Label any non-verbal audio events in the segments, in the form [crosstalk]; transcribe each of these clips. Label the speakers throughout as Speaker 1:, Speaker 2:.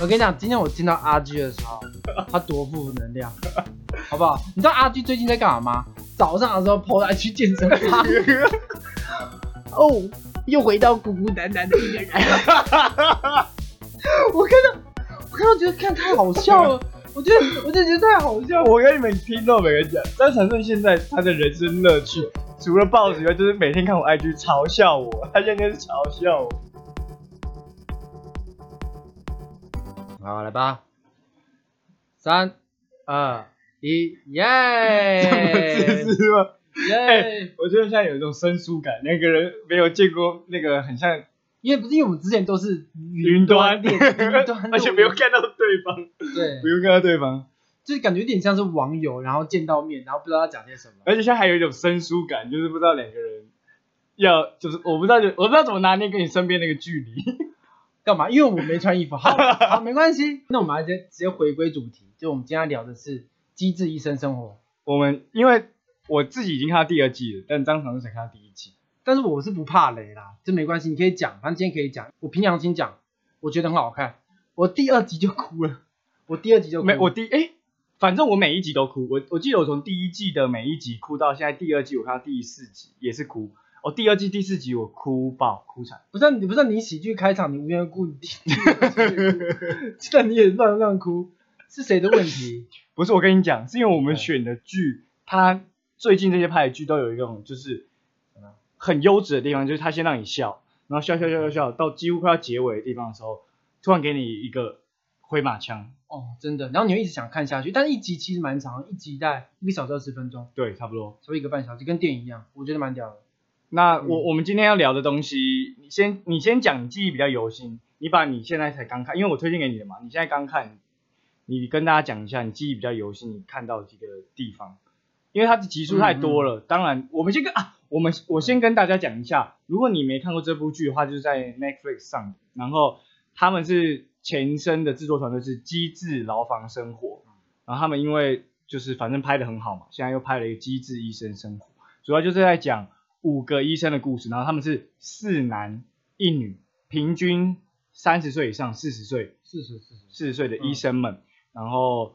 Speaker 1: 我跟你讲，今天我见到阿 G 的时候，他多负能量， [laughs] 好不好？你知道阿 G 最近在干嘛吗？早上的时候跑来去健身 [laughs] 房， [laughs] 哦，又回到孤孤单单的一个人。我看到，我看到觉得看太好笑了，我觉得我就觉得太好笑了。
Speaker 2: 我跟你们听众每个人讲，张长胜现在他的人生乐趣，除了报纸以外，就是每天看我 IG 嘲笑我，他现在就是嘲笑我。
Speaker 1: 好，来吧，三二一， [laughs] 耶！
Speaker 2: 这么自私吗？
Speaker 1: 耶！
Speaker 2: 我觉得现在有一种生疏感，那个人没有见过那个很像
Speaker 1: 因为不是因为我们之前都是
Speaker 2: 云端，
Speaker 1: 恋 [laughs] 云
Speaker 2: [laughs]
Speaker 1: 端，
Speaker 2: 而且没有看到对方，
Speaker 1: [laughs] 对
Speaker 2: 不，用看到对方，
Speaker 1: 就是感觉有点像是网友，然后见到面，然后不知道要讲些什么。
Speaker 2: 而且现在还有一种生疏感，就是不知道两个人要就是我不知道就我不知道怎么拿捏跟你身边那个距离。
Speaker 1: 干嘛？因为我没穿衣服。 [laughs] 好，好，没关系。那我们还是直接回归主题，就我们今天聊的是机智医生生活。
Speaker 2: 我们因为我自己已经看到第二季了，但张长是才看到第一季。
Speaker 1: 但是我是不怕雷啦，这没关系，你可以讲，反正今天可以讲。我凭良心讲，我觉得很好看。我第二集就哭了，我第二集就哭了嗯
Speaker 2: 没，我第哎、反正我每一集都哭。我我记得我从第一季的每一集哭到现在第二季，我看到第四集也是哭。哦，第二季第四集我哭爆哭惨。
Speaker 1: 不是你不是你喜剧开场，你无缘无故你第第二集就哭，这你也乱乱哭，是谁的问 [laughs] 题？
Speaker 2: 不是我跟你讲，是因为我们
Speaker 1: 嗯
Speaker 2: 选的剧，它最近这些拍的剧都有一种就是呃
Speaker 1: 怎么样
Speaker 2: 很优质的地方，就是它先让你笑，然后笑笑笑笑笑到几乎快要结尾的地方的时候，突然给你一个回马枪，
Speaker 1: 哦，真的。然后你又一直想看下去，但一集其实蛮长，一集大概一个小时二十分钟，
Speaker 2: 对，差不多。
Speaker 1: 差不多一个半小时，跟电影一样，我觉得蛮屌的。
Speaker 2: 那
Speaker 1: 嗯
Speaker 2: 我、我们今天要聊的东西，你先你先讲，你记忆比较犹新，你把你现在才刚看，因为我推荐给你的嘛，你现在刚看，你跟大家讲一下，你记忆比较犹新，你看到几个地方，因为它的集数太多了。当然，我们先跟啊，我们我先跟大家讲一下，如果你没看过这部剧的话，就是在 Netflix 上，然后他们是前身的制作团队是《机智牢房生活》，然后他们因为就是反正拍的很好嘛，现在又拍了一个《机智医生生活》，主要就是在讲五个医生的故事，然后他们是四男一女，平均三十岁以上四十岁
Speaker 1: 是是是是，
Speaker 2: 四十岁的
Speaker 1: 嗯
Speaker 2: 医生们，然后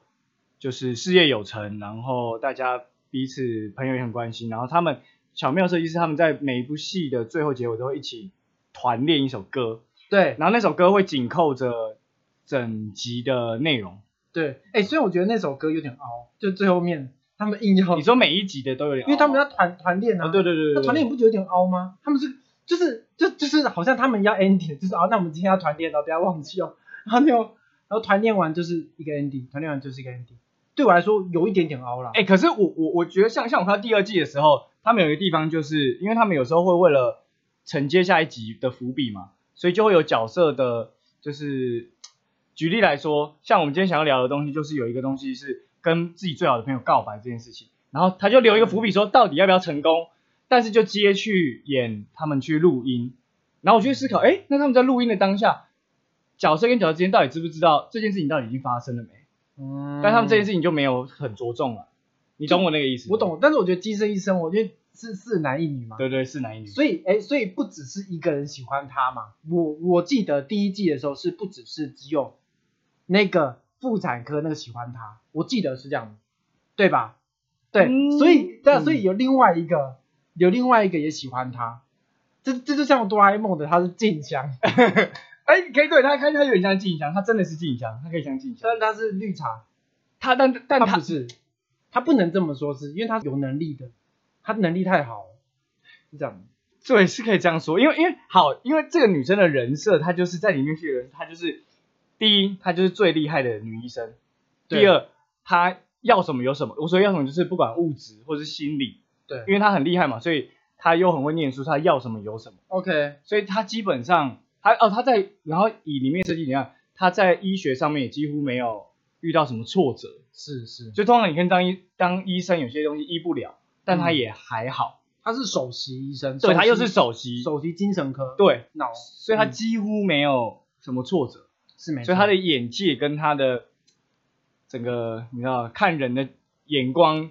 Speaker 2: 就是事业有成，然后大家彼此朋友也很关心，然后他们巧妙的设计是他们在每一部戏的最后结尾都会一起团练一首歌，
Speaker 1: 对
Speaker 2: 然后那首歌会紧扣着整集的内容。
Speaker 1: 对，哎、所以我觉得那首歌有点凹，就最后面他们硬要，
Speaker 2: 你
Speaker 1: 因
Speaker 2: 说每一集的都有点凹，
Speaker 1: 为他们要团团练啊，
Speaker 2: 哦，对对对对，
Speaker 1: 那
Speaker 2: 对
Speaker 1: 团练你不觉得有点凹吗？他们是就是就就是好像他们要 ending，就是啊，那我们今天要团练了，不要忘记哦。然后就然后团练完就是一个 ending，团练完就是一个 ending。对我来说有一点点凹啦。
Speaker 2: 哎、可是我我我觉得像像我看到第二季的时候，他们有一个地方就是，因为他们有时候会为了承接下一集的伏笔嘛，所以就会有角色的，就是举例来说，像我们今天想要聊的东西，就是有一个东西是跟自己最好的朋友告白这件事情，然后他就留一个伏笔说到底要不要成功，但是就接去演他们去录音，然后我就去思考，哎、那他们在录音的当下，角色跟角色之间到底知不知道这件事情到底已经发生了没？
Speaker 1: 嗯
Speaker 2: 但他们这件事情就没有很着重了，你懂我那个意思？
Speaker 1: 我。懂，但是我觉得《机智医生》，我觉得是四男一女嘛，
Speaker 2: 对对，是男一女。
Speaker 1: 所以哎、所以不只是一个人喜欢他嘛。我我记得第一季的时候是不只是只有那个妇产科那个喜欢他，我记得是这样的，对吧？对，
Speaker 2: 嗯
Speaker 1: 所以但所以
Speaker 2: 嗯
Speaker 1: 有另外一个，有另外一个也喜欢他，这这就像哆啦 A 梦的他是静
Speaker 2: [laughs]
Speaker 1: 香，
Speaker 2: 哎，可以对他，他他有点像静香，他真的是静香，他可以像静香
Speaker 1: 但。他是绿茶，
Speaker 2: 他但但
Speaker 1: 他
Speaker 2: 他
Speaker 1: 不是，他不能这么说是，因为他有能力的，他能力太好了，是这样的。
Speaker 2: 对是可以这样说，因为因为好，因为这个女生的人设，她就是在里面去的人，她就是第一，她就是最厉害的女医生；
Speaker 1: 对
Speaker 2: 第二，她要什么有什么。我说要什么就是不管物质或是心理，
Speaker 1: 对
Speaker 2: 因为她很厉害嘛，所以她又很会念书，她要什么有什么。
Speaker 1: OK，
Speaker 2: 所以他基本上，他哦，他在然后以里面设计，你看他在医学上面也几乎没有遇到什么挫折，
Speaker 1: 是是，
Speaker 2: 就通常你看当医当医生有些东西医不了，但
Speaker 1: 嗯
Speaker 2: 他也还好，
Speaker 1: 他是首席医生，
Speaker 2: 对
Speaker 1: 首
Speaker 2: 他
Speaker 1: 席
Speaker 2: 又是首席，
Speaker 1: 首席精神科，
Speaker 2: 对，
Speaker 1: 脑
Speaker 2: 所以他
Speaker 1: 嗯
Speaker 2: 几乎没有什么挫折，
Speaker 1: 是没错，
Speaker 2: 所以他的眼界跟他的整个你知道看人的眼光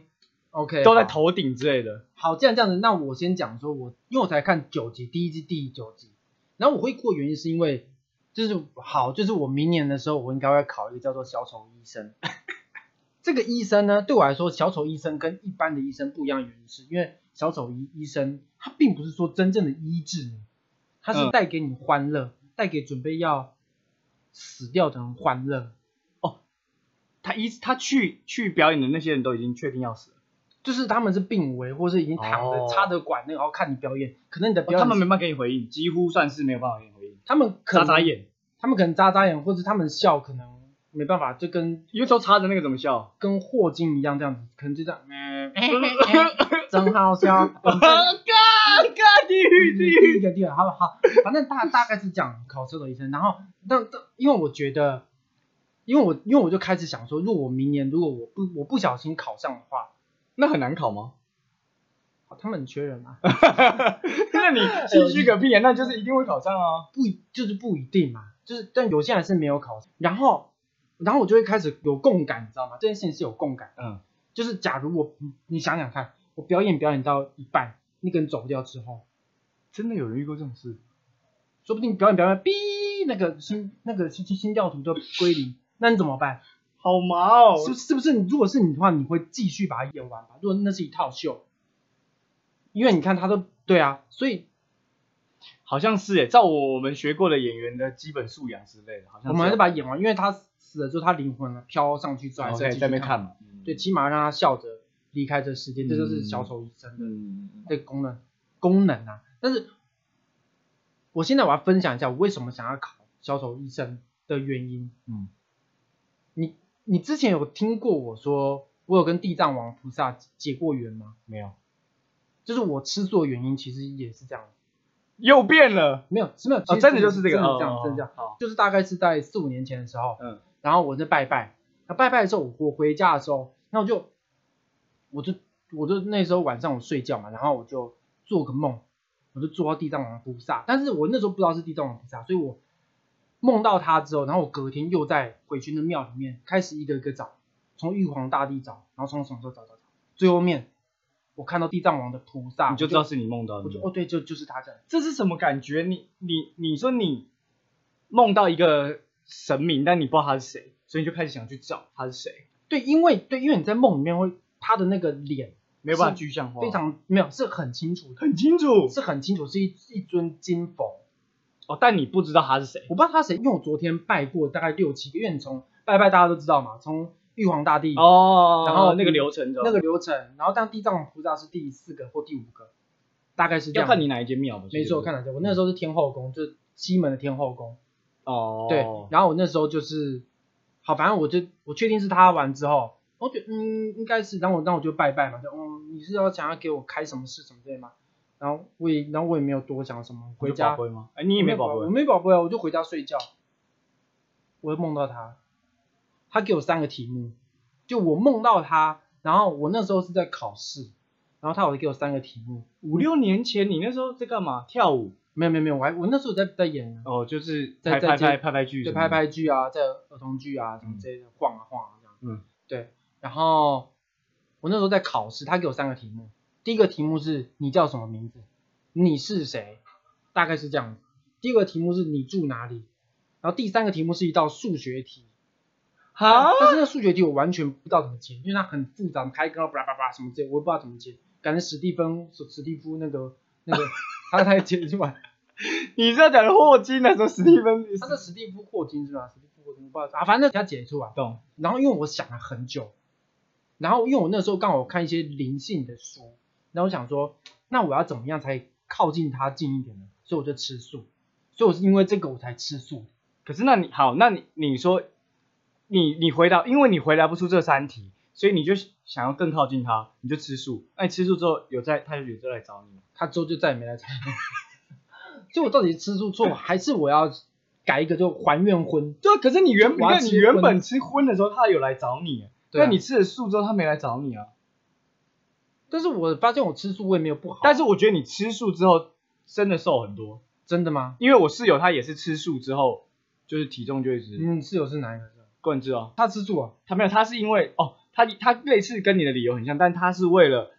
Speaker 1: OK
Speaker 2: 都在
Speaker 1: 好。
Speaker 2: 头顶之类的，
Speaker 1: 好，既然这样子，那我先讲说我，因为我才看九集，第一季第九集，然后我会过的原因是因为就是好，就是我明年的时候，我应该会考一个叫做小丑医生。 [laughs] 这个医生呢，对我来说，小丑医生跟一般的医生不一样的原因是，因为小丑医医生他并不是说真正的医治你，他是
Speaker 2: 嗯
Speaker 1: 带给你欢乐，带给准备要死掉的人欢乐。
Speaker 2: 他一他去去表演的那些人都已经确定要死了，
Speaker 1: 就是他们是病危，或是已经躺着
Speaker 2: 哦
Speaker 1: 插着管那个，然后看你表演，可能你的
Speaker 2: 哦
Speaker 1: 表演是、
Speaker 2: 他们没办法给你回应，几乎算是没有办法给你回应，
Speaker 1: 他们可
Speaker 2: 眨
Speaker 1: 能
Speaker 2: 眨眼，
Speaker 1: 他们可能眨眨眼，或者他们笑可能没办法，就跟
Speaker 2: 有时候插着那个怎么 [laughs] 笑？
Speaker 1: 跟霍金一样这样子，可能就这样，嗯，真好笑，
Speaker 2: 哥哥地狱地
Speaker 1: 第一
Speaker 2: 狱，
Speaker 1: 个第二，好好，反正大大概是讲考车手医生，然后但但因为我觉得，因为我因为我就开始想说，如果我明年如果我不我不小心考上的话，
Speaker 2: 那很难考吗？ [laughs]
Speaker 1: 好他们很缺人啊，
Speaker 2: 那你心虚个屁啊！那就是一定会考上啊。
Speaker 1: 不一就是不一定嘛，就是但有些人是没有考上，然后然后我就会开始有共感，你知道吗？这件事情是有共感，
Speaker 2: 嗯，
Speaker 1: 就是假如我你想想看，我表演表演到一半，那个人走掉之后，
Speaker 2: 真的有人遇过这种事？
Speaker 1: 说不定表演表演，哔，那个心那个心心跳图就归零，那你怎么办？
Speaker 2: 好麻哦
Speaker 1: 是是不是你？如果是你的话，你会继续把它演完吧？如果那是一套秀，因为你看他都对啊，所以
Speaker 2: 好像是诶，照我们学过的演员的基本素养之类的，好像
Speaker 1: 我们还是把它演完，因为他死了之后，他灵魂了飘上去之后，还
Speaker 2: 在
Speaker 1: 是要
Speaker 2: 哦在
Speaker 1: 继续
Speaker 2: 那边
Speaker 1: 看。
Speaker 2: 看嘛。嗯
Speaker 1: 对，，起码让他笑着离开这世界，这就是小丑医生的
Speaker 2: 嗯，
Speaker 1: 这个功能功能啊。但是我现在我要分享一下我为什么想要考小丑医生的原因。
Speaker 2: 嗯，
Speaker 1: 你你之前有听过我说我有跟地藏王菩萨结过缘吗？
Speaker 2: 没有，
Speaker 1: 就是我吃素的原因，其实也是这样，
Speaker 2: 又变了。
Speaker 1: 没有，是没有，其
Speaker 2: 哦，
Speaker 1: 实
Speaker 2: 真的就是这个，
Speaker 1: 真的这样，
Speaker 2: 哦
Speaker 1: 真的这样，。
Speaker 2: 好，
Speaker 1: 就是大概是在四五年前的时候，
Speaker 2: 嗯，
Speaker 1: 然后我在拜拜，那拜拜的时候，我回家的时候，那我就，我就我就那时候晚上我睡觉嘛，然后我就做个梦，我就做到地藏王菩萨，但是我那时候不知道是地藏王菩萨，所以我梦到他之后，然后我隔天又在回去的庙里面开始一个一个找，从玉皇大帝找，然后从什么时候找找找，最后面我看到地藏王的菩萨，
Speaker 2: 你就知道是你梦到的
Speaker 1: 我就。哦，对，就就是他这样。
Speaker 2: 这是什么感觉？你你你说你梦到一个神明，但你不知道他是谁，所以你就开始想去找他是谁，
Speaker 1: 对，因为对，因为你在梦里面会他的那个脸
Speaker 2: 没有办法具象化，
Speaker 1: 非常没有是很清楚的，
Speaker 2: 很清楚
Speaker 1: 是很清楚，是一一尊金佛。
Speaker 2: 哦，但你不知道他是谁。
Speaker 1: 我不知道他谁，因为我昨天拜过大概六七个，因为你从拜拜大家都知道嘛，从玉皇大帝、
Speaker 2: 哦
Speaker 1: 然后
Speaker 2: 那个流程，
Speaker 1: 那个流程，然后但地藏菩萨是第四个或第五个，大概是这
Speaker 2: 要
Speaker 1: 样。
Speaker 2: 看你哪一间庙吧。
Speaker 1: 没错，我看哪些？我那时候是天后宫，就是西门的天后宫。
Speaker 2: 哦，
Speaker 1: 对，然后我那时候就是，好，反正我就我确定是他完之后，我觉得嗯应该是，然后我然后我就拜拜嘛，就嗯你是要想要给我开什么事什么之类吗？然后我也然后我也没有多想什么，回
Speaker 2: 你有宝
Speaker 1: 家
Speaker 2: 贝吗？哎，你也
Speaker 1: 我
Speaker 2: 没宝
Speaker 1: 我
Speaker 2: 贝，
Speaker 1: 没宝贝啊，我就回家睡觉，我又梦到他，他给我三个题目，就我梦到他，然后我那时候是在考试，然后他有给我三个题目，
Speaker 2: 五六年前你那时候在干嘛？跳舞
Speaker 1: 没有没有没有，我还我那时候在在演啊呢，
Speaker 2: 哦，就是
Speaker 1: 在
Speaker 2: 拍
Speaker 1: 在
Speaker 2: 拍
Speaker 1: 街
Speaker 2: 拍拍拍剧，
Speaker 1: 对，拍，拍剧啊，在儿童剧啊什么之类的晃啊晃啊这样。
Speaker 2: 嗯，
Speaker 1: 对。然后我那时候在考试，他给我三个题目，第一个题目是你叫什么名字，你是谁，大概是这样子。第二个题目是你住哪里，然后第三个题目是一道数学题。
Speaker 2: 哈，
Speaker 1: 但是那数学题我完全不知道怎么解，因为它很复杂，开根巴拉巴拉什么之类，我也不知道怎么解。感觉史蒂芬史蒂夫那个那个他才解出来，
Speaker 2: 你在讲霍金那时候史蒂芬
Speaker 1: [laughs] 他是史蒂夫霍金是吧？史蒂夫霍金我不知道啊，反正他解出来。
Speaker 2: 懂，
Speaker 1: 然后因为我想了很久，然后因为我那时候刚好看一些灵性的书，然后我想说，那我要怎么样才靠近它近一点呢？所以我就吃素，所以我是因为这个我才吃素。
Speaker 2: 可是那你好，那你你说你你回答，因为你回答不出这三题，所以你就想要更靠近他，你就吃素。那你吃素之后有在，他就有就来找你。
Speaker 1: 他之后就再也没来参加。 [laughs] 所以我到底吃素错，还是我要改一个就还愿荤？
Speaker 2: 对啊，可是你原
Speaker 1: 我要
Speaker 2: 本
Speaker 1: 吃
Speaker 2: 你
Speaker 1: 荤
Speaker 2: 原本吃荤的时候，他有来找你，
Speaker 1: 对啊
Speaker 2: 但你吃了素之后，他没来找你啊。
Speaker 1: 但是我发现我吃素我也没有不好。
Speaker 2: 但是我觉得你吃素之后真的瘦很多，
Speaker 1: 真的吗？
Speaker 2: 因为我室友他也是吃素之后，就是体重就一直
Speaker 1: 你室友嗯是哪一个？
Speaker 2: 灌制哦。
Speaker 1: 他吃素啊？
Speaker 2: 他没有，他是因为哦，他他类似跟你的理由很像，但他是为了，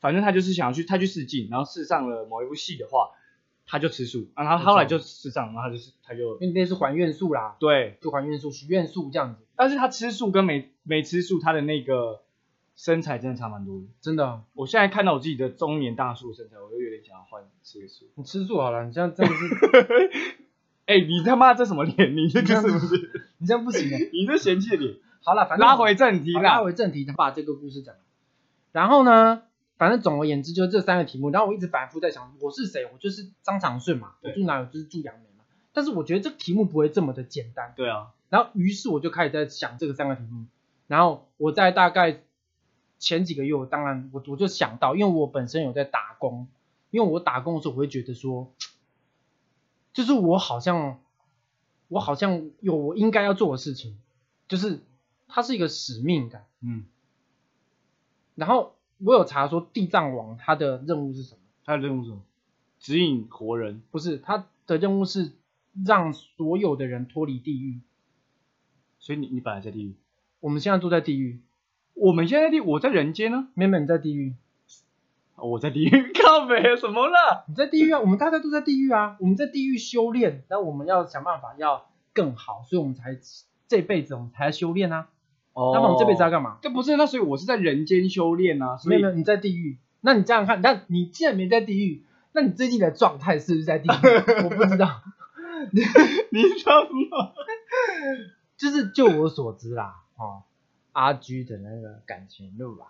Speaker 2: 反正他就是想要去，他去试镜，然后试上了某一部戏的话，他就吃素，啊，然后他后来就吃上，然后他就是他就
Speaker 1: 因为那是还愿素啦，
Speaker 2: 对，
Speaker 1: 就还愿素、许愿素这样子，
Speaker 2: 但是他吃素跟没没吃素，他的那个身材真的差蛮多的。
Speaker 1: 真的。啊
Speaker 2: 我现在看到我自己的中年大叔的身材，我就有点想要换吃素。 [laughs]
Speaker 1: 你吃素好了，你这样真的是，
Speaker 2: 哎、你他妈这什么脸？你这个是不是？
Speaker 1: 你这样不行的。啊
Speaker 2: 你这嫌弃的脸。
Speaker 1: 好了，反正
Speaker 2: 拉回正题
Speaker 1: 好
Speaker 2: 啦
Speaker 1: 拉，回正题，把这个故事讲完。然后呢，反正总而言之就是这三个题目。然后我一直反复在想，我是谁？我就是张长顺嘛，我
Speaker 2: 对
Speaker 1: 住哪？我就是住杨梅嘛。但是我觉得这个题目不会这么的简单。
Speaker 2: 对啊，
Speaker 1: 然后于是我就开始在想这个三个题目。然后我在大概前几个月，我当然我我就想到，因为我本身有在打工，因为我打工的时候，我会觉得说，就是我好像我好像有我应该要做的事情，就是它是一个使命感。
Speaker 2: 嗯，
Speaker 1: 然后我有查说地藏王他的任务是什么？
Speaker 2: 他的任务是什么？指引活人。
Speaker 1: 不是他的任务是让所有的人脱离地狱。
Speaker 2: 所以你你本来在地狱，
Speaker 1: 我们现在都在地狱，
Speaker 2: 我们现在在地，我在人间呢、
Speaker 1: 妹妹你在地狱，
Speaker 2: 啊我在地狱， [laughs] 靠北什么啦？
Speaker 1: 你在地狱啊！我们大家都在地狱啊！我们在地狱修炼，那我们要想办法要更好，所以我们才这辈子我们才来修炼啊。
Speaker 2: 哦
Speaker 1: 那么我们这辈子要干嘛？
Speaker 2: 这不是，那所以我是在人间修炼啊，所
Speaker 1: 妹
Speaker 2: 以
Speaker 1: 妹你在地狱，那你这样看，那你既然没在地狱，那你最近的状态是不是在地狱？我不知
Speaker 2: [laughs]
Speaker 1: 道，
Speaker 2: 你知道吗？
Speaker 1: 就是就我所知啦，哦，阿居的那个感情路啊，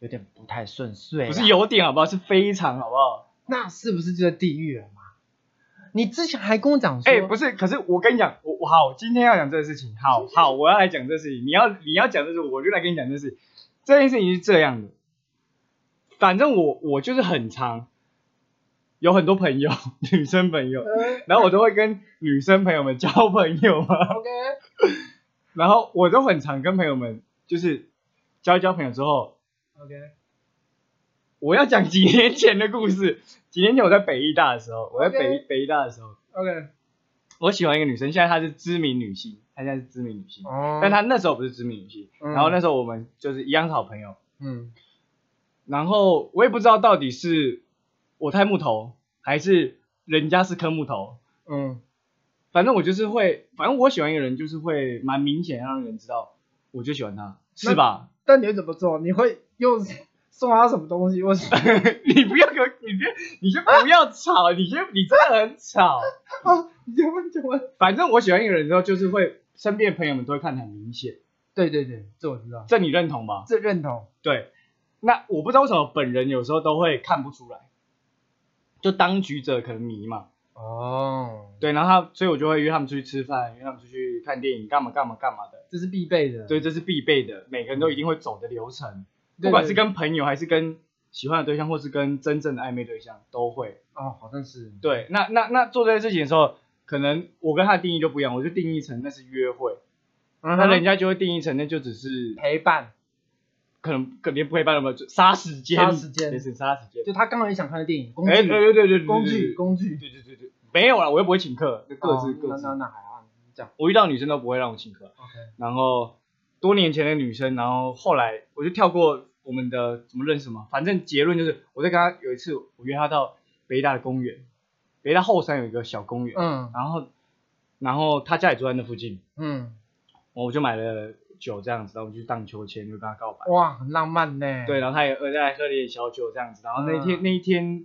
Speaker 1: 有点不太顺遂。
Speaker 2: 不是，有点好不好？是非常好不好？
Speaker 1: 那是不是就在地狱了嘛？你之前还跟我讲说，
Speaker 2: 哎、不是，可是我跟你讲，我我好，今天要讲这个事情，好好，我要来讲这个事情。你要你要讲这个，我就来跟你讲这个事情。这件事情是这样的，反正我我就是很长，有很多朋友， [laughs] 女生朋友，
Speaker 1: 呃
Speaker 2: 然后我都会跟女生朋友们交朋友啊嘛，
Speaker 1: ，OK，
Speaker 2: 然后我都很常跟朋友们就是交一交朋友之后，
Speaker 1: OK，
Speaker 2: 我要讲几年前的故事。几年前我在北医大的时候，我在北
Speaker 1: OK
Speaker 2: 北医大的时候，
Speaker 1: OK，
Speaker 2: 我喜欢一个女生，现在她是知名女星，她现在是知名女星，
Speaker 1: 哦
Speaker 2: 但她那时候不是知名女星。
Speaker 1: 嗯
Speaker 2: 然后那时候我们就是一样是好朋友，
Speaker 1: 嗯，
Speaker 2: 然后我也不知道到底是我太木头，还是人家是颗木头。
Speaker 1: 嗯
Speaker 2: 反正我就是会，反正我喜欢一个人，就是会蛮明显让人知道我就喜欢他，是吧？
Speaker 1: 但你会怎么做？你会用送他什么东西？我
Speaker 2: [laughs] 你不要给我，你别，你先不要吵，你先，你真的很吵。
Speaker 1: 啊，你这么讲完？
Speaker 2: 反正我喜欢一个人之后，就是会身边的朋友们都会看得很明显，
Speaker 1: 对对对，这我知道，
Speaker 2: 这你认同吧？
Speaker 1: 这认同。
Speaker 2: 对。那我不知道为什么本人有时候都会看不出来，就当局者可迷嘛。
Speaker 1: 哦，
Speaker 2: 对，然后他，所以我就会约他们出去吃饭，约他们出去看电影，干嘛干嘛干嘛的。
Speaker 1: 这是必备的。
Speaker 2: 对，这是必备的，每个人都一定会走的流程，
Speaker 1: 对，
Speaker 2: 不管是
Speaker 1: 对
Speaker 2: 跟朋友还是跟喜欢的对象，或是跟真正的暧昧对象，都会。
Speaker 1: 哦，好像是
Speaker 2: 对，那那那做这些事情的时候，可能我跟他的定义就不一样，我就定义成那是约会，
Speaker 1: 嗯哼，
Speaker 2: 那人家就会定义成那就只是
Speaker 1: 陪伴，
Speaker 2: 可能可能不会办那么久杀时间，
Speaker 1: 杀时间
Speaker 2: 也是杀时间。
Speaker 1: 就他刚好也想看的电影，工
Speaker 2: 哎，对
Speaker 1: 具
Speaker 2: 对对对，对
Speaker 1: 工具，工具，
Speaker 2: 对对对对，没有啦，我又不会请客，就各自
Speaker 1: 哦
Speaker 2: 各
Speaker 1: 那
Speaker 2: 自
Speaker 1: 那。那还好，这样
Speaker 2: 我遇到女生都不会让我请客，
Speaker 1: OK。
Speaker 2: 然后多年前的女生，然后后来我就跳过我们的怎么认识嘛，反正结论就是我在跟她有一次，我约她到北大的公园，北大后山有一个小公园，
Speaker 1: 嗯
Speaker 2: 然后然后她家也住在那附近，
Speaker 1: 嗯，
Speaker 2: 我就买了酒这样子，然后我就去荡秋千，就跟她告白。
Speaker 1: 哇，很浪漫呢。
Speaker 2: 对，然后他也喝在喝了点小酒这样子，然后那一天、
Speaker 1: 嗯
Speaker 2: 那一天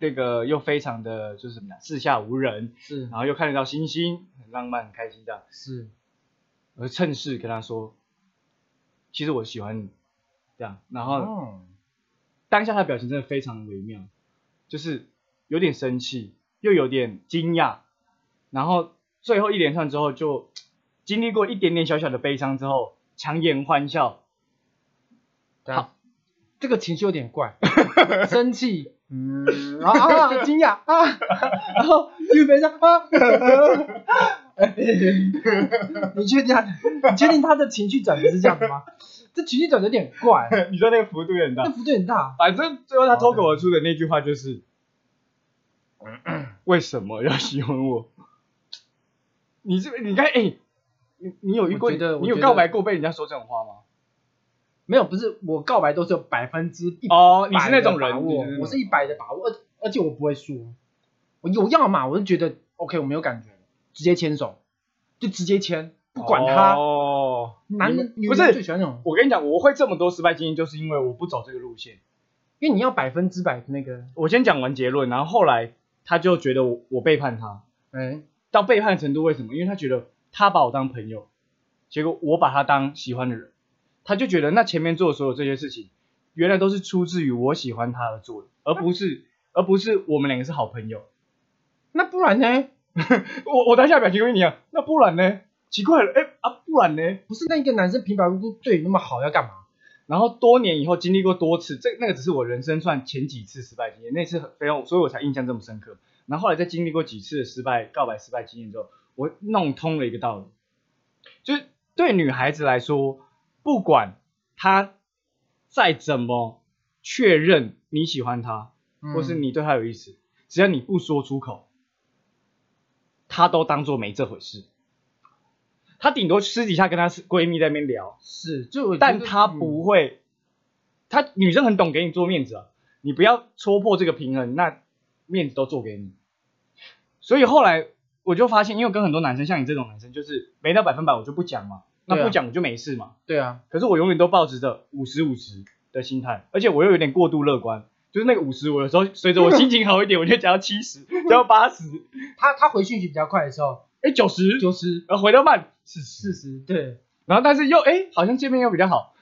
Speaker 2: 那个又非常的就是什么呀，四下无人，
Speaker 1: 是
Speaker 2: 然后又看得到星星，很浪漫很开心这样，
Speaker 1: 是，
Speaker 2: 我就趁势跟他说，其实我喜欢你，这样，然后、
Speaker 1: 哦，
Speaker 2: 当下他表情真的非常微妙，就是有点生气，又有点惊讶，然后最后一连串之后就经历过一点点小小的悲伤之后，强颜欢笑， [laughs]
Speaker 1: 对啊，这个情绪有点
Speaker 2: [laughs]
Speaker 1: 怪，生气，嗯， [laughs] 啊啊，惊讶啊，然后又悲伤啊， [laughs] 你确定他？你确定他的情绪转折是这样的吗？这情绪转折有点怪，
Speaker 2: 你说那个幅度有很大
Speaker 1: 那，幅度很大，
Speaker 2: 反正最后他脱口而出的那句话就是：“ [coughs] 为什么要喜欢我？”你是不是你看，哎、你你有遇过
Speaker 1: 我觉得我
Speaker 2: 你有
Speaker 1: 觉得
Speaker 2: 告白过被人家说这种话吗？
Speaker 1: 没有，不是我告白都是有百分之一百
Speaker 2: 哦，你
Speaker 1: 的
Speaker 2: 是那种
Speaker 1: 把
Speaker 2: 人，
Speaker 1: 握
Speaker 2: 你那种人
Speaker 1: 我是一百的把握，而而且我不会输，我有要嘛，我就觉得 OK，我没有感觉了，直接牵手，就直接牵，不管他，
Speaker 2: 哦，
Speaker 1: 男
Speaker 2: 你
Speaker 1: 人
Speaker 2: 们
Speaker 1: 女
Speaker 2: 不
Speaker 1: 人最
Speaker 2: 是，
Speaker 1: 喜欢那种，
Speaker 2: 我跟你讲，我会这么多失败经验，就是因为我不走这个路线。
Speaker 1: 因为你要百分之百的那个，
Speaker 2: 我先讲完结论，然后后来他就觉得我我背叛他，
Speaker 1: 哎，
Speaker 2: 到背叛的程度为什么？因为他觉得他把我当朋友，结果我把他当喜欢的人，他就觉得那前面做的所有这些事情，原来都是出自于我喜欢他而做的，而不是 [laughs] 而不是我们两个是好朋友。
Speaker 1: 那不然呢？
Speaker 2: 我我当下表情跟你一样，那不然呢？奇怪了，哎、啊不然呢？
Speaker 1: 不是那一个男生平白无故对你那么好要干嘛？
Speaker 2: 然后多年以后经历过多次，这那个只是我人生算前几次失败经验，那次很非常，所以我才印象这么深刻。然后后来再经历过几次的失败告白失败经验之后，我弄通了一个道理，就是对女孩子来说，不管她再怎么确认你喜欢她，
Speaker 1: 嗯
Speaker 2: 或是你对她有意思，只要你不说出口，她都当做没这回事。她顶多私底下跟她闺蜜在那边聊，
Speaker 1: 是，就我觉得
Speaker 2: 但他不，会，他女生很懂给你做面子啊，你不要戳破这个平衡，那面子都做给你。所以后来我就发现，因为我跟很多男生，像你这种男生，就是没到百分百我就不讲嘛，
Speaker 1: 对
Speaker 2: 那
Speaker 1: 啊
Speaker 2: 不讲我就没事嘛。
Speaker 1: 嗯对啊，
Speaker 2: 可是我永远都保持着五十五十的心态，而且我又有点过度乐观，就是那个五十，我有时候随着我心情好一点，我就讲到七十，讲到八十，
Speaker 1: 他他回讯息比较快的时候，
Speaker 2: 哎九十，
Speaker 1: 九十
Speaker 2: 然后回到慢四
Speaker 1: 四，
Speaker 2: 十
Speaker 1: 十，对，
Speaker 2: 然后但是又哎好像见面又比较好，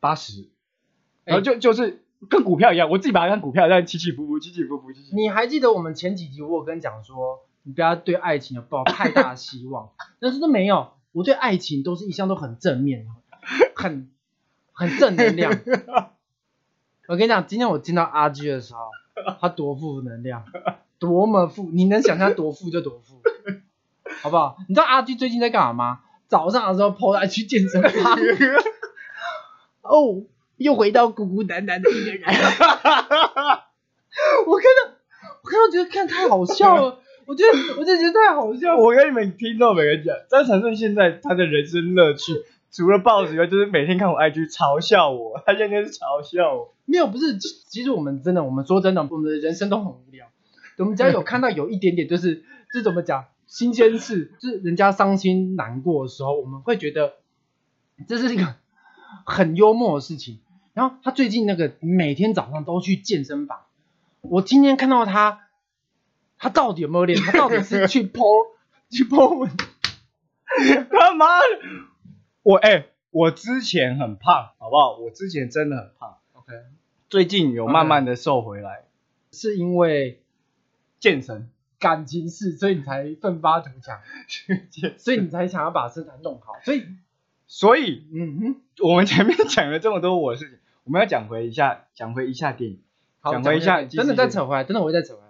Speaker 2: 八十，然后就就是跟股票一样，我自己把它当股票，但起起伏伏，起起伏伏，起起伏伏。
Speaker 1: 你还记得我们前几集我有跟你讲说，你不要对爱情有抱太大的希望，但是都没有，我对爱情都是一向都很正面，很很正能量。我跟你讲，今天我见到阿 G 的时候，他多负能量，多么负，你能想象多负就多负，好不好？你知道阿 G 最近在干嘛吗？早上的时候 PO 他去健身房，哦，又回到孤孤单单的一个人。我看到，我看到觉得看太好笑了，我觉得我真的觉得太好笑了。
Speaker 2: 我跟你们听众每个人讲，张长顺现在他的人生乐趣，除了报纸以外，就是每天看我 IG 嘲笑我，他现在是嘲笑我。
Speaker 1: 没有，不是，其其实我们真的，我们说真的，我们的人生都很无聊。我们只要有看到有一点点，就是这怎么讲，新鲜事，就是人家伤心难过的时候，我们会觉得这是一个很幽默的事情。然后他最近那个每天早上都去健身房，我今天看到他，他到底有没有练？他到底是去剖去剖文？
Speaker 2: 他妈的，我哎、我之前很胖，好不好？我之前真的很胖，
Speaker 1: OK，
Speaker 2: 最近有慢慢的瘦回来，
Speaker 1: 是因为
Speaker 2: 健身，
Speaker 1: 感情事，所以你才奋发图
Speaker 2: [laughs]
Speaker 1: 强，
Speaker 2: 健。
Speaker 1: 所以你才想要把身材弄好，所以
Speaker 2: 所以
Speaker 1: 嗯哼。
Speaker 2: 我们前面讲了这么多我的事情，我们要讲回一下，讲回一下电影。
Speaker 1: 好，
Speaker 2: 讲回一下
Speaker 1: 等等再扯回来，等等我会再扯回
Speaker 2: [laughs]
Speaker 1: 来。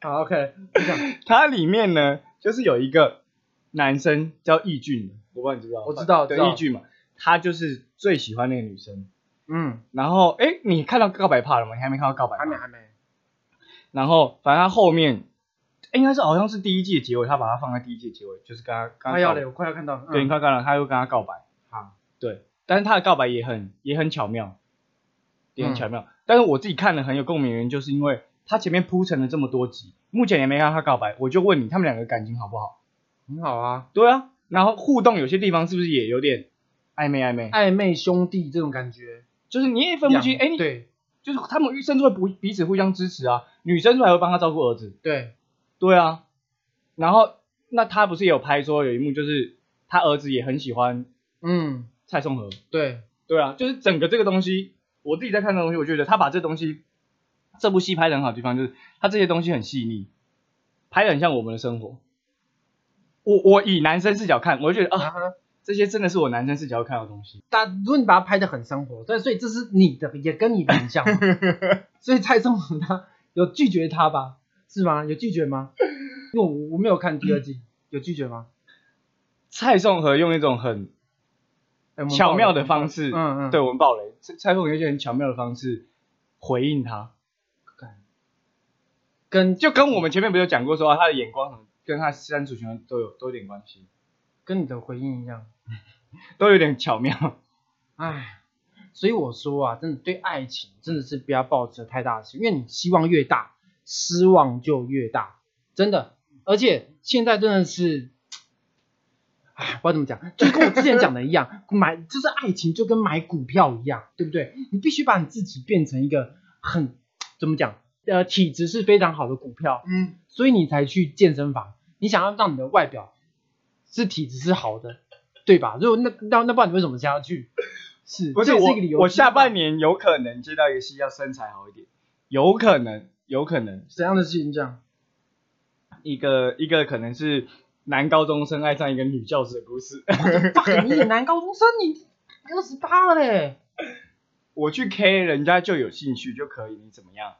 Speaker 1: 好，OK，就这样
Speaker 2: 它里面呢，就是有一个男生叫易俊，我不知道你知不知道？
Speaker 1: 我知道知道
Speaker 2: 对，易俊嘛，他就是最喜欢那个女生。
Speaker 1: 嗯，
Speaker 2: 然后，哎，你看到告白帕了吗？你还没看到告白
Speaker 1: 还没
Speaker 2: 帕？
Speaker 1: 还没，
Speaker 2: 然后，反正他后面诶应该是好像是第一季的结尾，他把它放在第一季的结尾，就是跟他刚
Speaker 1: 快要了，我快要看到了。
Speaker 2: 对，你
Speaker 1: 嗯，
Speaker 2: 快看了，他又跟他告白。
Speaker 1: 好，
Speaker 2: 对，但是他的告白也很也很巧妙，也很巧妙。但是我自己看了很有共鸣，原因就是因为他前面铺陈了这么多集，目前也没看到他告白，我就问你，他们两个感情好不好？
Speaker 1: 很好啊，
Speaker 2: 对啊，然后互动有些地方是不是也有点暧昧暧昧？
Speaker 1: 暧昧兄弟这种感觉，
Speaker 2: 哎就是你也分不清，
Speaker 1: 两
Speaker 2: 哎，你
Speaker 1: 对
Speaker 2: 就是他们甚至会不彼此互相支持啊，女生出来会帮他照顾儿子，
Speaker 1: 对，
Speaker 2: 对啊，然后那他不是也有拍说有一幕就是他儿子也很喜欢
Speaker 1: 嗯，
Speaker 2: 蔡松和，
Speaker 1: 对，
Speaker 2: 对啊，就是整个这个东西，我自己在看的东西，我觉得他把这东西，这部戏拍的很好的地方就是他这些东西很细腻，拍的很像我们的生活。我我以男生视角看，我就觉得
Speaker 1: 啊
Speaker 2: 啊，
Speaker 1: 哈，
Speaker 2: 这些真的是我男生视角会看到的东西。
Speaker 1: 但如果你把它拍的很生活，对，所以这是你的，也跟你的很像
Speaker 2: [laughs]
Speaker 1: 嘛，所以蔡宗翰他有拒绝他吧？是吗？有拒绝吗？因为我我没有看第二季，有拒绝吗？
Speaker 2: 蔡颂和用一种很
Speaker 1: 哎我们
Speaker 2: [laughs] 巧妙
Speaker 1: 爆
Speaker 2: 的
Speaker 1: 了
Speaker 2: 方式，
Speaker 1: 嗯嗯
Speaker 2: 对我们爆雷，蔡蔡颂和用一些很巧妙的方式回应他，
Speaker 1: 跟
Speaker 2: 就跟我们前面不是有讲过说、啊、他的眼光很跟他三处循环都有都有点关系，
Speaker 1: 跟你的回应一样。
Speaker 2: 都有点巧妙。 [laughs]
Speaker 1: 唉，所以我说啊，真的对爱情真的是不要抱持太大的希望，因为你希望越大，失望就越大，真的。而且现在真的是，哎，我怎么讲？就跟我之前讲的一样，买就是爱情就跟买股票一样，对不对？你必须把你自己变成一个很怎么讲？呃，体质是非常好的股票，
Speaker 3: 嗯，
Speaker 1: 所以你才去健身房。你想要让你的外表是体质是好的，对吧？如果那那那不然你为什么想要去？是，
Speaker 2: 不是
Speaker 1: 这也
Speaker 2: 我
Speaker 1: 一个理由。
Speaker 2: 我下半年有可能接到一个戏要身材好一点，有可能有可能
Speaker 1: 怎样的事情这样？
Speaker 2: 一个一个可能是男高中生爱上一个女教师的故事。 [laughs]
Speaker 1: fuck，你也男高中生，你二十八了嘞，
Speaker 2: 我去 K 人家就有兴趣就可以，你怎么样？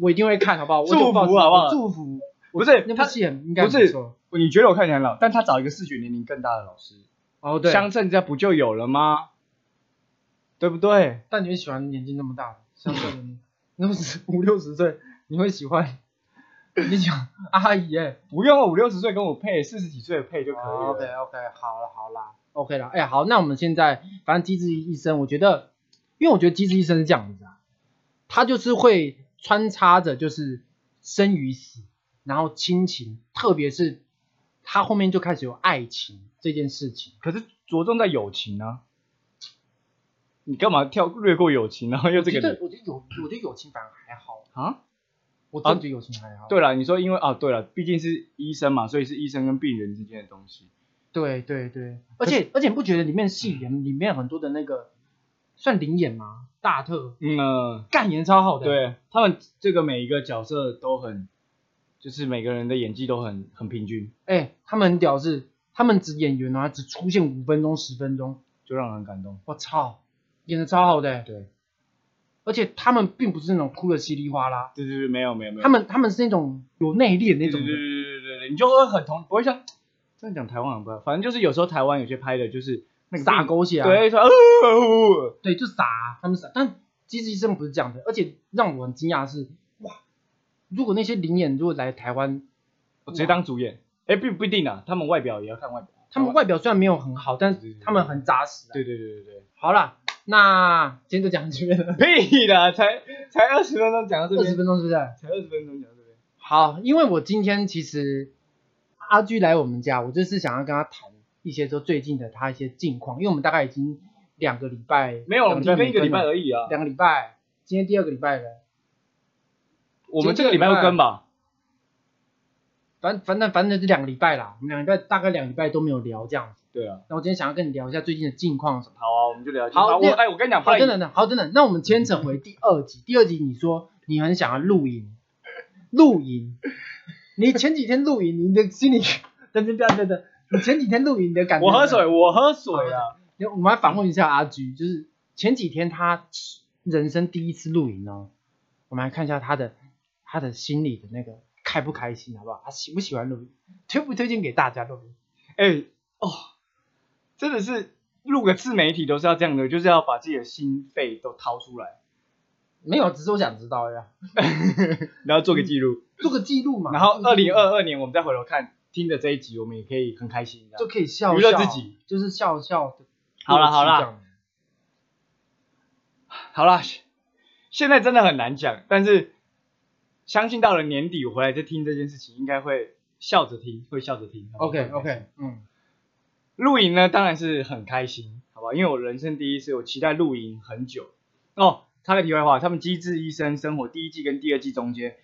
Speaker 1: 我一定会看，好不好？我就
Speaker 2: 祝福啊
Speaker 1: 抱持
Speaker 2: 好不好
Speaker 1: 我祝福。
Speaker 2: 不是
Speaker 1: 那部
Speaker 2: 他
Speaker 1: 戏很应该
Speaker 2: 不
Speaker 1: 很
Speaker 2: 是
Speaker 1: 错。，
Speaker 2: 你觉得我看起来很老，但他找一个视觉年龄更大的老师，
Speaker 1: 哦，对，
Speaker 2: 相称这不就有了吗？对不对？
Speaker 1: 但你会喜欢年纪那么
Speaker 2: [laughs]
Speaker 1: 大的，像这种那是五 [laughs] 六十岁，你会喜欢？你讲阿姨哎、
Speaker 2: 不用啊五六十岁跟我配，四十几岁配就可以了。
Speaker 1: OK OK，好了好啦，OK 了，哎、好，那我们现在反正机智医生，我觉得，因为我觉得机智医生是这样子啊，他就是会穿插着就是生与死，然后亲情，特别是他后面就开始有爱情这件事情，
Speaker 2: 可是着重在友情啊，你干嘛跳略过友情，然后又这
Speaker 1: 我觉
Speaker 2: 个
Speaker 1: 得
Speaker 2: 理
Speaker 1: 我觉得友我觉得友情反而还好，
Speaker 2: 啊？
Speaker 1: 我真的觉得友情还好，
Speaker 2: 对了，你说因为啊，对了，毕竟是医生嘛，所以是医生跟病人之间的东西。
Speaker 1: 对对对，而且而且你不觉得里面戏言里面很多的那个算灵眼吗？大特
Speaker 2: 嗯、呃
Speaker 1: 干演超好的，
Speaker 2: 对他们这个每一个角色都很，就是每个人的演技都很很平均，
Speaker 1: 哎、他们很屌是，他们只演员啊，只出现五分钟、十分钟，
Speaker 2: 就让人感动。
Speaker 1: 我操，演的超好的、
Speaker 2: 对，
Speaker 1: 而且他们并不是那种哭的稀里哗啦，
Speaker 2: 对对对，没有没有没有，
Speaker 1: 他们他们是那种有内敛那
Speaker 2: 对对
Speaker 1: 种
Speaker 2: 对
Speaker 1: 的，
Speaker 2: 对对对对，你就会很同，不会像这样讲台湾很不好，反正就是有时候台湾有些拍的就是那个
Speaker 1: 傻
Speaker 2: 病
Speaker 1: 狗血啊，
Speaker 2: 对，说呃，
Speaker 1: 对，就傻啊、他们傻，但机智医生不是这样的，而且让我很惊讶的是，哇，如果那些灵演如果来台湾，
Speaker 2: 我直接当主演，哎，不不一定啊，他们外表也要看外表，
Speaker 1: 他们外表虽然没有很好，但是他们很扎实、啊。
Speaker 2: 对对对对
Speaker 1: 好啦，那今天就讲到这边了，
Speaker 2: 对，屁啦，才才二十分钟讲到这
Speaker 1: 二十
Speaker 2: 边，
Speaker 1: 分钟是不是？
Speaker 2: 才二十分钟讲到这边，
Speaker 1: 好，因为我今天其实阿居来我们家，我就是想要跟他谈一些说最近的他一些近况，因为我们大概已经两个礼拜
Speaker 2: 没有，我们停
Speaker 1: 两
Speaker 2: 更一个礼拜
Speaker 1: 了
Speaker 2: 而已啊，
Speaker 1: 两个礼拜，今天第二个礼拜了，
Speaker 2: 我们这个礼拜会更吧？
Speaker 1: 反反正反正就是两个礼拜啦，我们两个礼拜大概两个礼拜都没有聊这样子。
Speaker 2: 对啊，
Speaker 1: 那我今天想要跟你聊一下最近的近况什么。
Speaker 2: 好啊，我们就聊。
Speaker 1: 好
Speaker 2: 我
Speaker 1: 那
Speaker 2: 哎，我跟你讲，不
Speaker 1: 好，
Speaker 2: 然
Speaker 1: 等等等，好等等，那我们牵扯回第二集，第二集你说你很想要露营，露营，你前几天露营，你的心里，等等等等等，你前几天露营你的感觉？
Speaker 2: 我喝水，我喝水啊，
Speaker 1: 那我们来访问一下阿居，就是前几天他人生第一次露营哦，我们来看一下他的他的心里的那个开不开心，好不好？他喜不喜欢露营，推不推荐给大家露营？
Speaker 2: 哎哦，真的是录个自媒体都是要这样的，就是要把自己的心肺都掏出来，
Speaker 1: 没有，只是我想知道呀，
Speaker 2: 然后做个记录，
Speaker 1: 做个记录嘛。
Speaker 2: 啊然后二
Speaker 1: 做个记
Speaker 2: 零
Speaker 1: 录
Speaker 2: 二二年我们再回头看听的这一集，我们也可以很开心这
Speaker 1: 就
Speaker 2: 样。
Speaker 1: 可以笑
Speaker 2: 娱乐
Speaker 1: 笑
Speaker 2: 自己，
Speaker 1: 就是笑笑的。
Speaker 2: 好啦好啦
Speaker 1: 这样，
Speaker 2: 好啦，现在真的很难讲，但是相信到了年底我回来再听这件事情，应该会笑着听，会笑着听。好不好
Speaker 1: ，OK OK，嗯，
Speaker 2: 露营呢，当然是很开心，好吧？因为我人生第一次，我期待露营很久。哦，插个题外话，他们《机智医生生活》第一季跟第二季中间，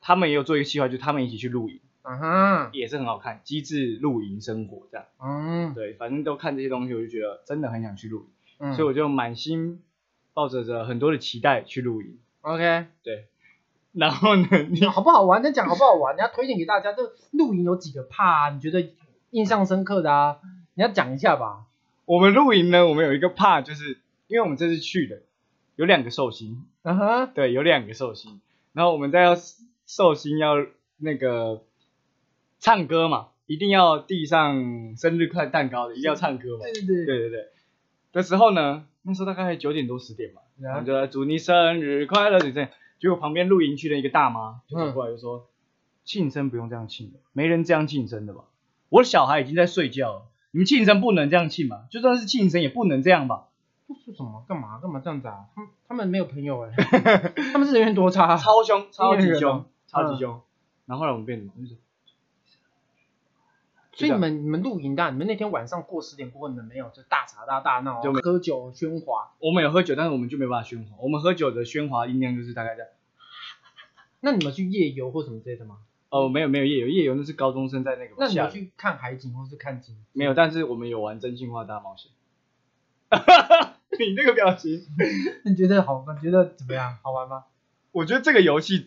Speaker 2: 他们也有做一个计划，就是他们一起去露营，
Speaker 1: 啊哈，
Speaker 2: 也是很好看，《机智露营生活》这样。
Speaker 1: 嗯，
Speaker 2: 对，反正都看这些东西，我就觉得真的很想去露营，
Speaker 1: 嗯
Speaker 2: 所以我就满心抱着着很多的期待去露营。
Speaker 1: OK，
Speaker 2: 对，然后呢，你
Speaker 1: 好不好玩？再讲好不好玩？你要推荐给大家，这露营有几个怕、啊？你觉得印象深刻的啊？你要讲一下吧。
Speaker 2: 我们露营呢，我们有一个怕，就是因为我们这次去的有两个寿星，
Speaker 1: 嗯哼，
Speaker 2: 对，有两个寿星。然后我们在要寿星要那个唱歌嘛，一定要递上生日快蛋糕的，一定要唱歌嘛。
Speaker 1: 对
Speaker 2: [laughs] 对
Speaker 1: 对对，
Speaker 2: 对对。的时候呢，那时候大概九点多十点吧，我
Speaker 1: 然
Speaker 2: 们
Speaker 1: 后
Speaker 2: 就在祝你生日快乐，就这样。结果旁边露营区的一个大妈就走过来就说：“庆生不用这样庆了，没人这样庆生的吧？我小孩已经在睡觉了，你们庆生不能这样庆吧？就算是庆生也不能这样吧？”
Speaker 1: 说什么干嘛干嘛这样子啊？他们他们没有朋 [laughs] 友哎、他们是人缘多差啊、
Speaker 2: 超凶，超级
Speaker 1: 人
Speaker 2: 凶嗯
Speaker 1: 哦，
Speaker 2: 超级凶。然后后来我们变什么？我就说
Speaker 1: 所以你们你们露营的啊，你们那天晚上过十点过后，你们没有就大吵大大闹，啊
Speaker 2: 就没
Speaker 1: 喝酒喧哗。
Speaker 2: 我们有喝酒，但是我们就没办法喧哗。我们喝酒的喧哗音量就是大概在，
Speaker 1: 那你们去夜游或什么之类的吗？
Speaker 2: 哦，没有没有夜游，夜游那是高中生在那个
Speaker 1: 那你
Speaker 2: 下
Speaker 1: 们
Speaker 2: 面
Speaker 1: 去看海景或是看景？
Speaker 2: 没有，但是我们有玩真心话大冒险。 [laughs] 你那个表情，
Speaker 1: 你觉得好？你觉得怎么样？好
Speaker 2: [laughs]
Speaker 1: 玩吗？
Speaker 2: 我觉得这个游戏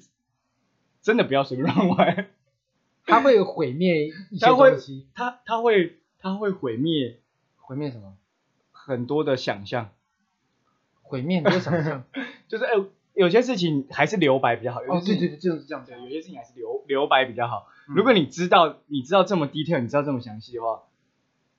Speaker 2: 真的不要随便乱玩。 [laughs]
Speaker 1: 它会毁灭一些
Speaker 2: 它会
Speaker 1: 东西，
Speaker 2: 它它会它会毁灭
Speaker 1: 毁灭什么？
Speaker 2: 很多的想象，
Speaker 1: 毁灭你的想象。
Speaker 2: 就是哎、有些事情还是留白比较好。
Speaker 1: [laughs]
Speaker 2: 有
Speaker 1: 哦，对
Speaker 2: 些事情
Speaker 1: 对对，就是这样子
Speaker 2: 对。有嗯些事情还是留留白比较好。
Speaker 1: 嗯
Speaker 2: 如果你知道你知道这么 detail，你知道这么详细的话，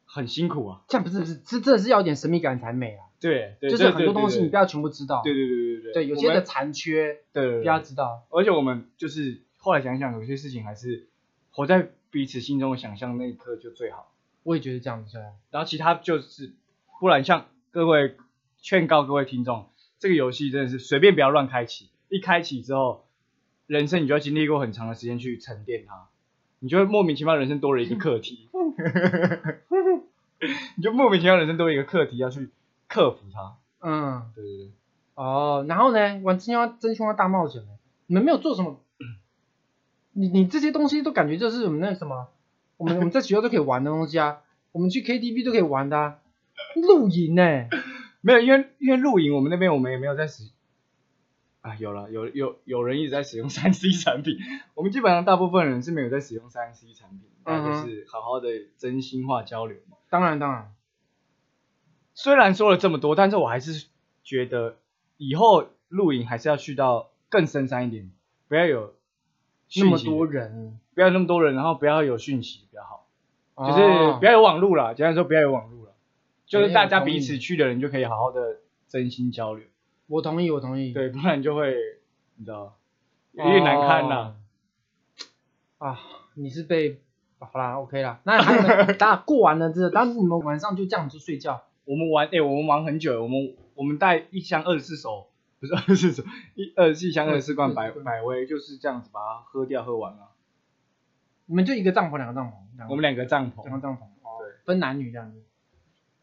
Speaker 2: 很辛苦啊。
Speaker 1: 这样不是不是，这这是要有点神秘感才美啊。
Speaker 2: 对，对
Speaker 1: 就是很多东西你不要全部知道。
Speaker 2: 对对对对对
Speaker 1: 对，有些的残缺
Speaker 2: 对对
Speaker 1: 不
Speaker 2: 对
Speaker 1: 要知道。
Speaker 2: 而且我们就是后来想想，有些事情还是活在彼此心中的想象那一刻就最好。
Speaker 1: 我也觉得这样子啊。
Speaker 2: 然后其他就是，不然像各位劝告各位听众，这个游戏真的是随便不要乱开启，一开启之后，人生你就要经历过很长的时间去沉淀它，你就会莫名其妙人生多了一个
Speaker 1: [laughs]
Speaker 2: 课题，你就莫名其妙人生多了一个课题要去克服它。
Speaker 1: 嗯，
Speaker 2: 对对对，
Speaker 1: 哦，然后呢，玩真心话真心话大冒险呢，你们没有做什么？
Speaker 2: 嗯
Speaker 1: 你你这些东西都感觉就是我们那什么，我们我们在学校都可以玩的东西啊，我们去 KTV 都可以玩的、啊，露营呢、
Speaker 2: 没有，因为因为露营，我们那边我们也没有在使啊，有了，有有有人一直在使用三 C 产品， [laughs] 我们基本上大部分人是没有在使用三 C 产品，大
Speaker 1: 嗯哼
Speaker 2: 家就是好好的真心话交流嘛。
Speaker 1: 当然当然，
Speaker 2: 虽然说了这么多，但是我还是觉得以后露营还是要去到更深山一点，不要有
Speaker 1: 那么
Speaker 2: 讯息
Speaker 1: 多，人，
Speaker 2: 不要那么多人，然后不要有讯息比较好，就是
Speaker 1: 哦
Speaker 2: 不要有网路啦，简单说不要有网路啦，就是大家
Speaker 1: 哎同意
Speaker 2: 彼此去的人就可以好好的真心交流。
Speaker 1: 我同意我同意，
Speaker 2: 对，不然就会你知道有点难堪呐、
Speaker 1: 哦啊，你是被好啦 OK 啦，那那你
Speaker 2: [laughs]
Speaker 1: 们大家过完了这，但是你们晚上就这样子睡觉，
Speaker 2: 我们玩，哎、我们玩很久，我们我们带一箱二十四手，不是二十四手，一二十四箱二十四罐百
Speaker 1: 24罐
Speaker 2: 百威，就是这样子把它喝掉喝完了。
Speaker 1: 你们就一个帐篷两个帐篷，两个
Speaker 2: 我们两个嗯帐
Speaker 1: 两个
Speaker 2: 篷，
Speaker 1: 帐篷，哦
Speaker 2: 对，
Speaker 1: 分男女这样子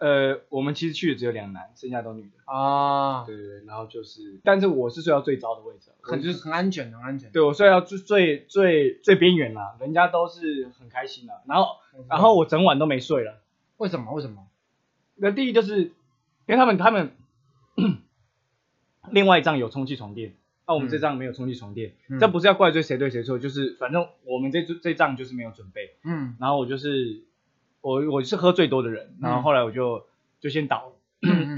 Speaker 2: 呃，我们其实去的只有两男，剩下都女的。
Speaker 1: 啊，
Speaker 2: 对对对，然后就是，但是我是睡到最糟的位置，我
Speaker 1: 很
Speaker 2: 就
Speaker 1: 就是很安全很安全。
Speaker 2: 对我睡到最最最最边缘啦，人家都是很开心的，然后然后我整晚都没睡了。
Speaker 1: 为什么为什么？
Speaker 2: 那第一就是，因为他们他们 [coughs] 另外一张有充气床垫，那、我们
Speaker 1: 嗯
Speaker 2: 这张没有充气床垫，
Speaker 1: 嗯
Speaker 2: 这不是要怪罪谁对谁错，就是反正我们这组这仗就是没有准备。 [coughs]
Speaker 1: 嗯
Speaker 2: 然后我就是我我是喝最多的人，然后后来我就就先倒了，
Speaker 1: 嗯嗯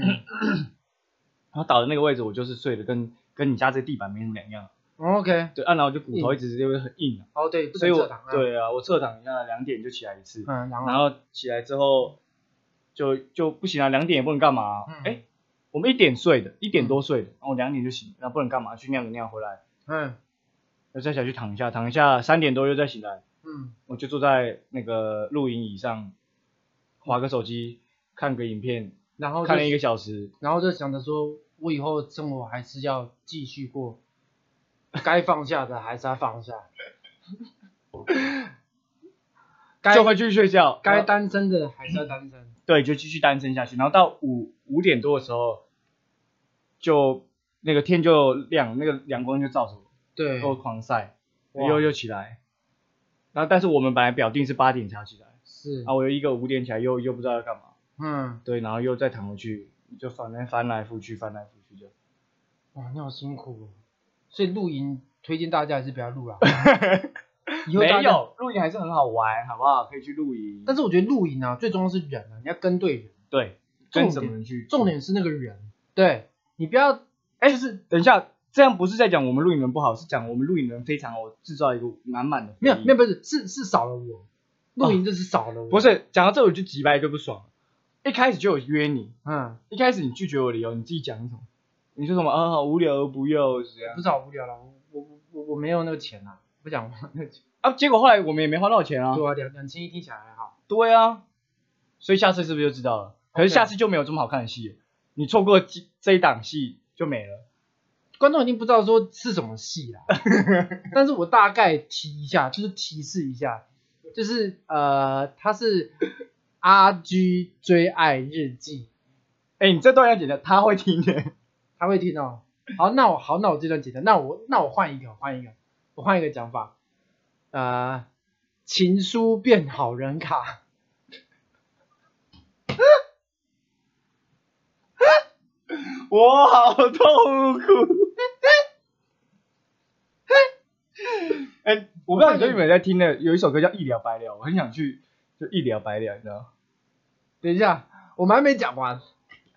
Speaker 2: 然后倒的那个位置我就是睡的跟跟你家这地板没什么两样，
Speaker 1: 嗯，OK，
Speaker 2: 对，啊、然后就骨头
Speaker 1: 硬
Speaker 2: 一直就会很硬啊，
Speaker 1: 哦对，不
Speaker 2: 所以
Speaker 1: 能
Speaker 2: 我
Speaker 1: 侧躺啊，
Speaker 2: 对啊，我侧躺一下两点就起来一次，
Speaker 1: 嗯，然后
Speaker 2: 然后起来之后就就不行啊，两点也不能干嘛、
Speaker 1: 嗯
Speaker 2: 哎、我们一点睡的，一点多睡的，然后我两点就醒，那不能干嘛，去尿个尿回来，
Speaker 1: 嗯
Speaker 2: 要再下去躺一下，躺一下，三点多又再醒来，
Speaker 1: 嗯
Speaker 2: 我就坐在那个露营椅上，划个手机，看个影片，
Speaker 1: 然后就
Speaker 2: 看了一个小时，
Speaker 1: 然后就想着说，我以后生活还是要继续过，该放下的还是要放
Speaker 2: [laughs]
Speaker 1: 下，该
Speaker 2: 就回去睡觉，
Speaker 1: 该
Speaker 2: 然后
Speaker 1: 单身的还是要单身。
Speaker 2: 对，就继续单身下去，然后到五五点多的时候，就那个天就亮，那个阳光就照着我。
Speaker 1: 对，
Speaker 2: 又狂晒，
Speaker 1: 哇
Speaker 2: 又又起来。然后，但是我们本来表定是八点才要起来，
Speaker 1: 是
Speaker 2: 然，后我有一个五点起来又又不知道要干嘛，
Speaker 1: 嗯，
Speaker 2: 对，然后又再躺回去，就反正翻来覆去，翻来覆去就。
Speaker 1: 哇，你好辛苦哦。所以露营推荐大家还是不要
Speaker 2: [laughs]
Speaker 1: 露啦。以后
Speaker 2: 没
Speaker 1: 大家，
Speaker 2: 有露营还是很好玩，好不好？可以去露营。
Speaker 1: 但是我觉得露营啊，最重要是人啊，你要跟对人，
Speaker 2: 对，
Speaker 1: 重
Speaker 2: 跟
Speaker 1: 点
Speaker 2: 什么人去？
Speaker 1: 重点是那个人，对你不要，哎，就是
Speaker 2: 等一下，这样不是在讲我们露营人不好，是讲我们露营人非常好，我制造一个满满的回忆
Speaker 1: 没有没有，不是是是少了我，露营哦就是少了我，
Speaker 2: 不，是讲到这我就急白就不爽了。一开始就有约你，
Speaker 1: 嗯，
Speaker 2: 一开始你拒绝我的理由，你自己讲什么？你说什么啊？好无聊，不要这样
Speaker 1: 不。是好无聊了，我我我我没有那个钱啊，不想花那个钱，
Speaker 2: 啊，结果后来我们也没花到钱啊。
Speaker 1: 对啊，两两千一听起来还好，
Speaker 2: 对啊，所以下次是不是就知道了？可是
Speaker 1: OK
Speaker 2: 下次就没有这么好看的戏了。你错过这这一档戏就没了。
Speaker 1: 观众已经不知道说是什么 [laughs] 戏啦，但是我大概提一下，就是提示一下，就是呃，它是 R G 追爱日记，
Speaker 2: 哎、你这段要剪掉，他会听的。
Speaker 1: 他会听哦。好，那我好，那我这段简单，那我那我换一个，我换一个，我换一个讲法，呃，情书变好人卡，
Speaker 2: 我好痛苦。 [laughs] 哎、我不知道你最近有没有在听的，有一首歌叫《一了百了》，我很想去就一了百了，你知道吗？
Speaker 1: 等一下，我们还没讲完，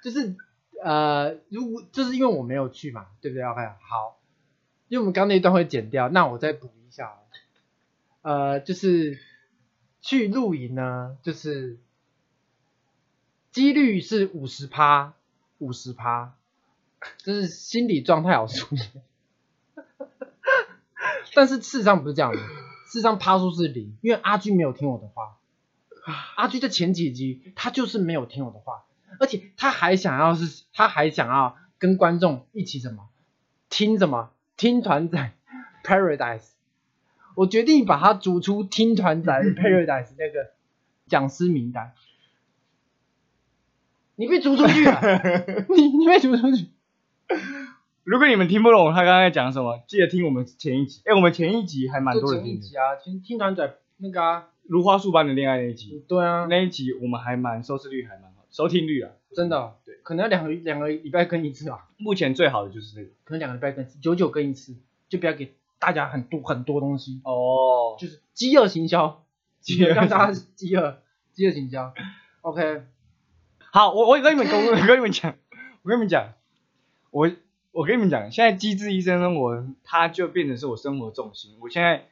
Speaker 1: 就是呃，如果就是因为我没有去嘛，对不对？OK，好，因为我们刚刚那一段会剪掉，那我再补一下哦。呃，就是去露营呢，就是几率是五十趴，五十趴，就是心理状态好输。但是事实上不是这样的，事实上趴数是零，因为阿居没有听我的话。阿居在前几集他就是没有听我的话，而且他还想要是，他还想要跟观众一起什么，听什么听团仔 Paradise，我决定把他逐出听团仔 Paradise 那个讲师名单。你被逐出去啊了，你你被逐出去。
Speaker 2: 如果你们听不懂他刚才讲什么，记得听我们前一集。哎、我们前一集还 [laughs] 蛮多
Speaker 1: 就
Speaker 2: 人
Speaker 1: 前一
Speaker 2: 听的，
Speaker 1: 集啊，听听团仔那个啊，
Speaker 2: 如花树般的恋爱那一集，
Speaker 1: 对啊，
Speaker 2: 那一集我们还蛮收视率还蛮好，收听率啊，
Speaker 1: 真的哦，
Speaker 2: 对
Speaker 1: 可能要两个两个礼拜更一次啊。
Speaker 2: 目前最好的就是这个。
Speaker 1: 可能两个礼拜更一次，久久更一次，就不要给大家很多很多东西，
Speaker 2: 哦，
Speaker 1: 就是饥饿行销，
Speaker 2: 饥饿
Speaker 1: 让大家饥饿，饥饿行销。OK，
Speaker 2: 好，我我跟你
Speaker 1: [laughs]
Speaker 2: 们跟我跟你们讲，我跟你们讲，我我跟你们讲，现在《机智医生生活》它就变成是我生活重心。我现在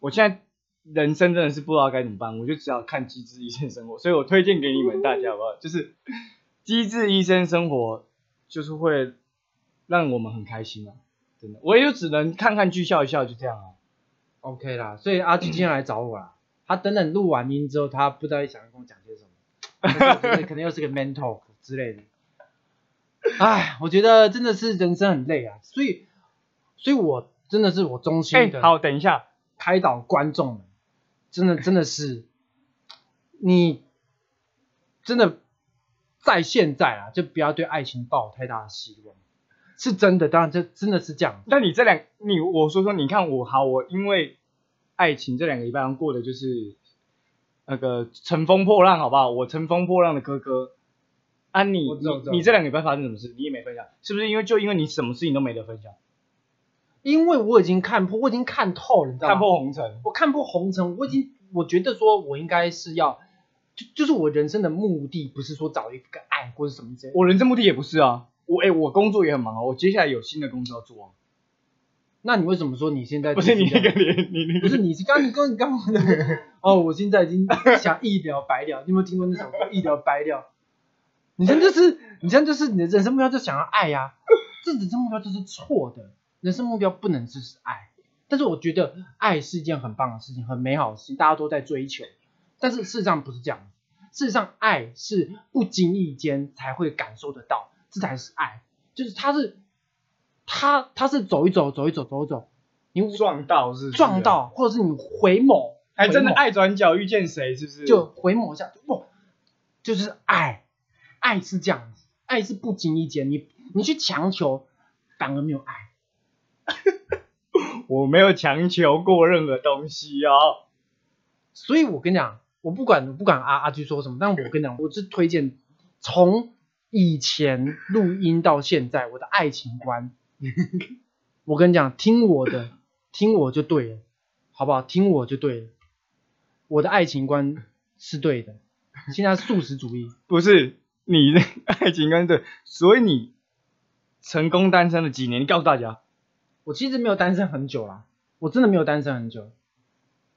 Speaker 2: 我现在人生真的是不知道该怎么办，我就只好看《机智医生生活》，所以我推荐给你们大家好
Speaker 1: [laughs]
Speaker 2: 不好？就是《机智医生生活》就是会让我们很开心啊，真的，我也就只能看看剧笑一笑，就这样啊。
Speaker 1: OK 啦，所以阿俊今天来找我啦，他等等录完音之后，他不知道想要跟我讲些什么，但是我
Speaker 2: [laughs]
Speaker 1: 觉得可能又是个 man talk 之类的。唉，我觉得真的是人生很累啊，所以，所以我真的是我衷
Speaker 2: 哎、
Speaker 1: 心的
Speaker 2: 好，等一下，
Speaker 1: 开导观众们，真的真的是，你真的在现在啊，就不要对爱情抱有太大的希望，是真的，当然这真的是这样，
Speaker 2: 那你这两，你我说说，你看我好，我因为爱情这两个礼拜过的就是那个乘风破浪，好不好？我乘风破浪的哥哥，啊你
Speaker 1: 我知道我知道
Speaker 2: 你你这两个礼拜发生什么事，你也没分享，是不是因为就因为你什么事情都没得分享，
Speaker 1: 因为我已经看破，我已经看透了，你知道吗？
Speaker 2: 看破红尘，
Speaker 1: 我看破红尘，我已经我觉得说我应该是要，就就是我人生的目的不是说找一个爱或者什么之类的，
Speaker 2: 我人生目的也不是啊，我哎、我工作也很忙啊，我接下来有新的工作要做啊，
Speaker 1: 那你为什么说你现在
Speaker 2: 不是你
Speaker 1: 这
Speaker 2: 那
Speaker 1: 样
Speaker 2: 个脸，你那
Speaker 1: 不
Speaker 2: 个
Speaker 1: 是你是刚你刚你刚刚的哦，我现在已经想一了百了，你有没有听过那首歌《一了百了》？你现在就是你现在就是你的人生目标就想要爱呀、这人生目标就是错的，人生目标不能只是爱。但是我觉得爱是一件很棒的事情，很美好的事情，大家都在追求。但是事实上不是这样，事实上爱是不经意间才会感受得到，这才是爱，就是它是它它是走一走走一走走一走，你
Speaker 2: 撞到是不是
Speaker 1: 撞，到，或者是你回眸，
Speaker 2: 还啊哎真的
Speaker 1: 回
Speaker 2: 爱转角遇见谁，是不是？
Speaker 1: 眸就回眸一下，就哇，就是爱，爱是这样子，爱是不经意间，你你去强求，反而没有爱。
Speaker 2: 我没有强求过任何东西哦。
Speaker 1: 所以我跟你讲，我不管我不管阿阿居说什么，但我跟你讲，我是推荐从以前录音到现在，我的爱情
Speaker 2: [laughs]
Speaker 1: 观，我跟你讲，听我的，听我就对了，好不好？听我就对了，我的爱情观是对的。现在素食主义，
Speaker 2: 不是你的爱情观对，所以你成功单身了几年？你告诉大家，
Speaker 1: 我其实没有单身很久啦，我真的没有单身很久，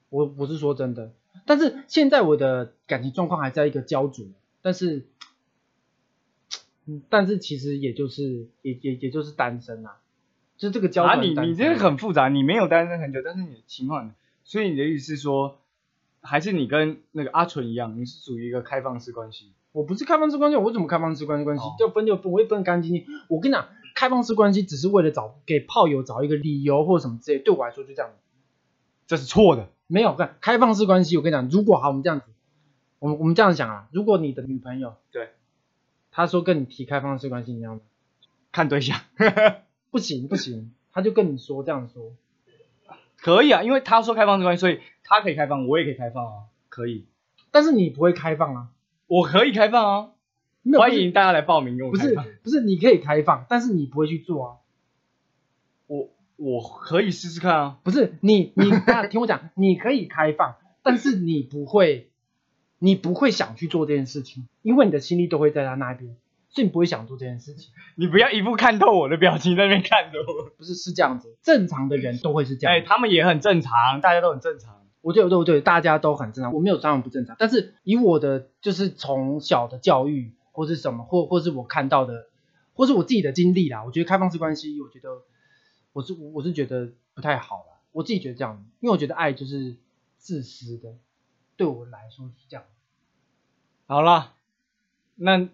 Speaker 1: 我我是说真的，但是现在我的感情状况还在一个焦灼，但是，嗯但是其实也就是也也也就是单身啦、就这个焦灼、
Speaker 2: 啊，你你这个很复杂，你没有单身很久，但是你的情况很，所以你的意思是说，还是你跟那个阿纯一样，你是属于一个开放式关系，
Speaker 1: 我不是开放式关系，我怎么开放式关系关系？
Speaker 2: 哦
Speaker 1: 就分就分，我也分干干净净。我跟你讲，开放式关系只是为了找给炮友找一个理由或什么之类，对我来说就这样。
Speaker 2: 这是错的。
Speaker 1: 没有，看开放式关系，我跟你讲，如果好，我们这样子，我们我们这样想啊，如果你的女朋友
Speaker 2: 对，
Speaker 1: 她说跟你提开放式关系，你要吗？
Speaker 2: 看对象 [laughs]
Speaker 1: 不行不行，她就跟你说这样说，
Speaker 2: 可以啊，因为他说开放式关系，所以他可以开放，我也可以开放啊，可以，
Speaker 1: 但是你不会开放啊，
Speaker 2: 我可以开放啊，
Speaker 1: 没有
Speaker 2: 欢迎大家来报名跟我
Speaker 1: 不
Speaker 2: 开
Speaker 1: 是
Speaker 2: 放。
Speaker 1: 不是你可以开放，但是你不会去做啊，
Speaker 2: 我我可以试试看啊，
Speaker 1: 不是你你那听我讲，你可以开放，但是你不会，你不会想去做这件事情，因为你的心力都会在他那边，所以你不会想做这件事情，
Speaker 2: 你不要一副看透我的表情在那边看着我。
Speaker 1: 不是是这样子，正常的人都会是这样
Speaker 2: 哎，
Speaker 1: 子。
Speaker 2: 他们也很正常，大家都很正常。
Speaker 1: 我对我对我对，大家都很正常，我没有当然不正常，但是以我的就是从小的教育或是什么，或或是我看到的，或是我自己的经历啦，我觉得开放式关系，我觉得我是我是觉得不太好啦，我自己觉得这样，因为我觉得爱就是自私的，对我来说是这样。
Speaker 2: 好啦，那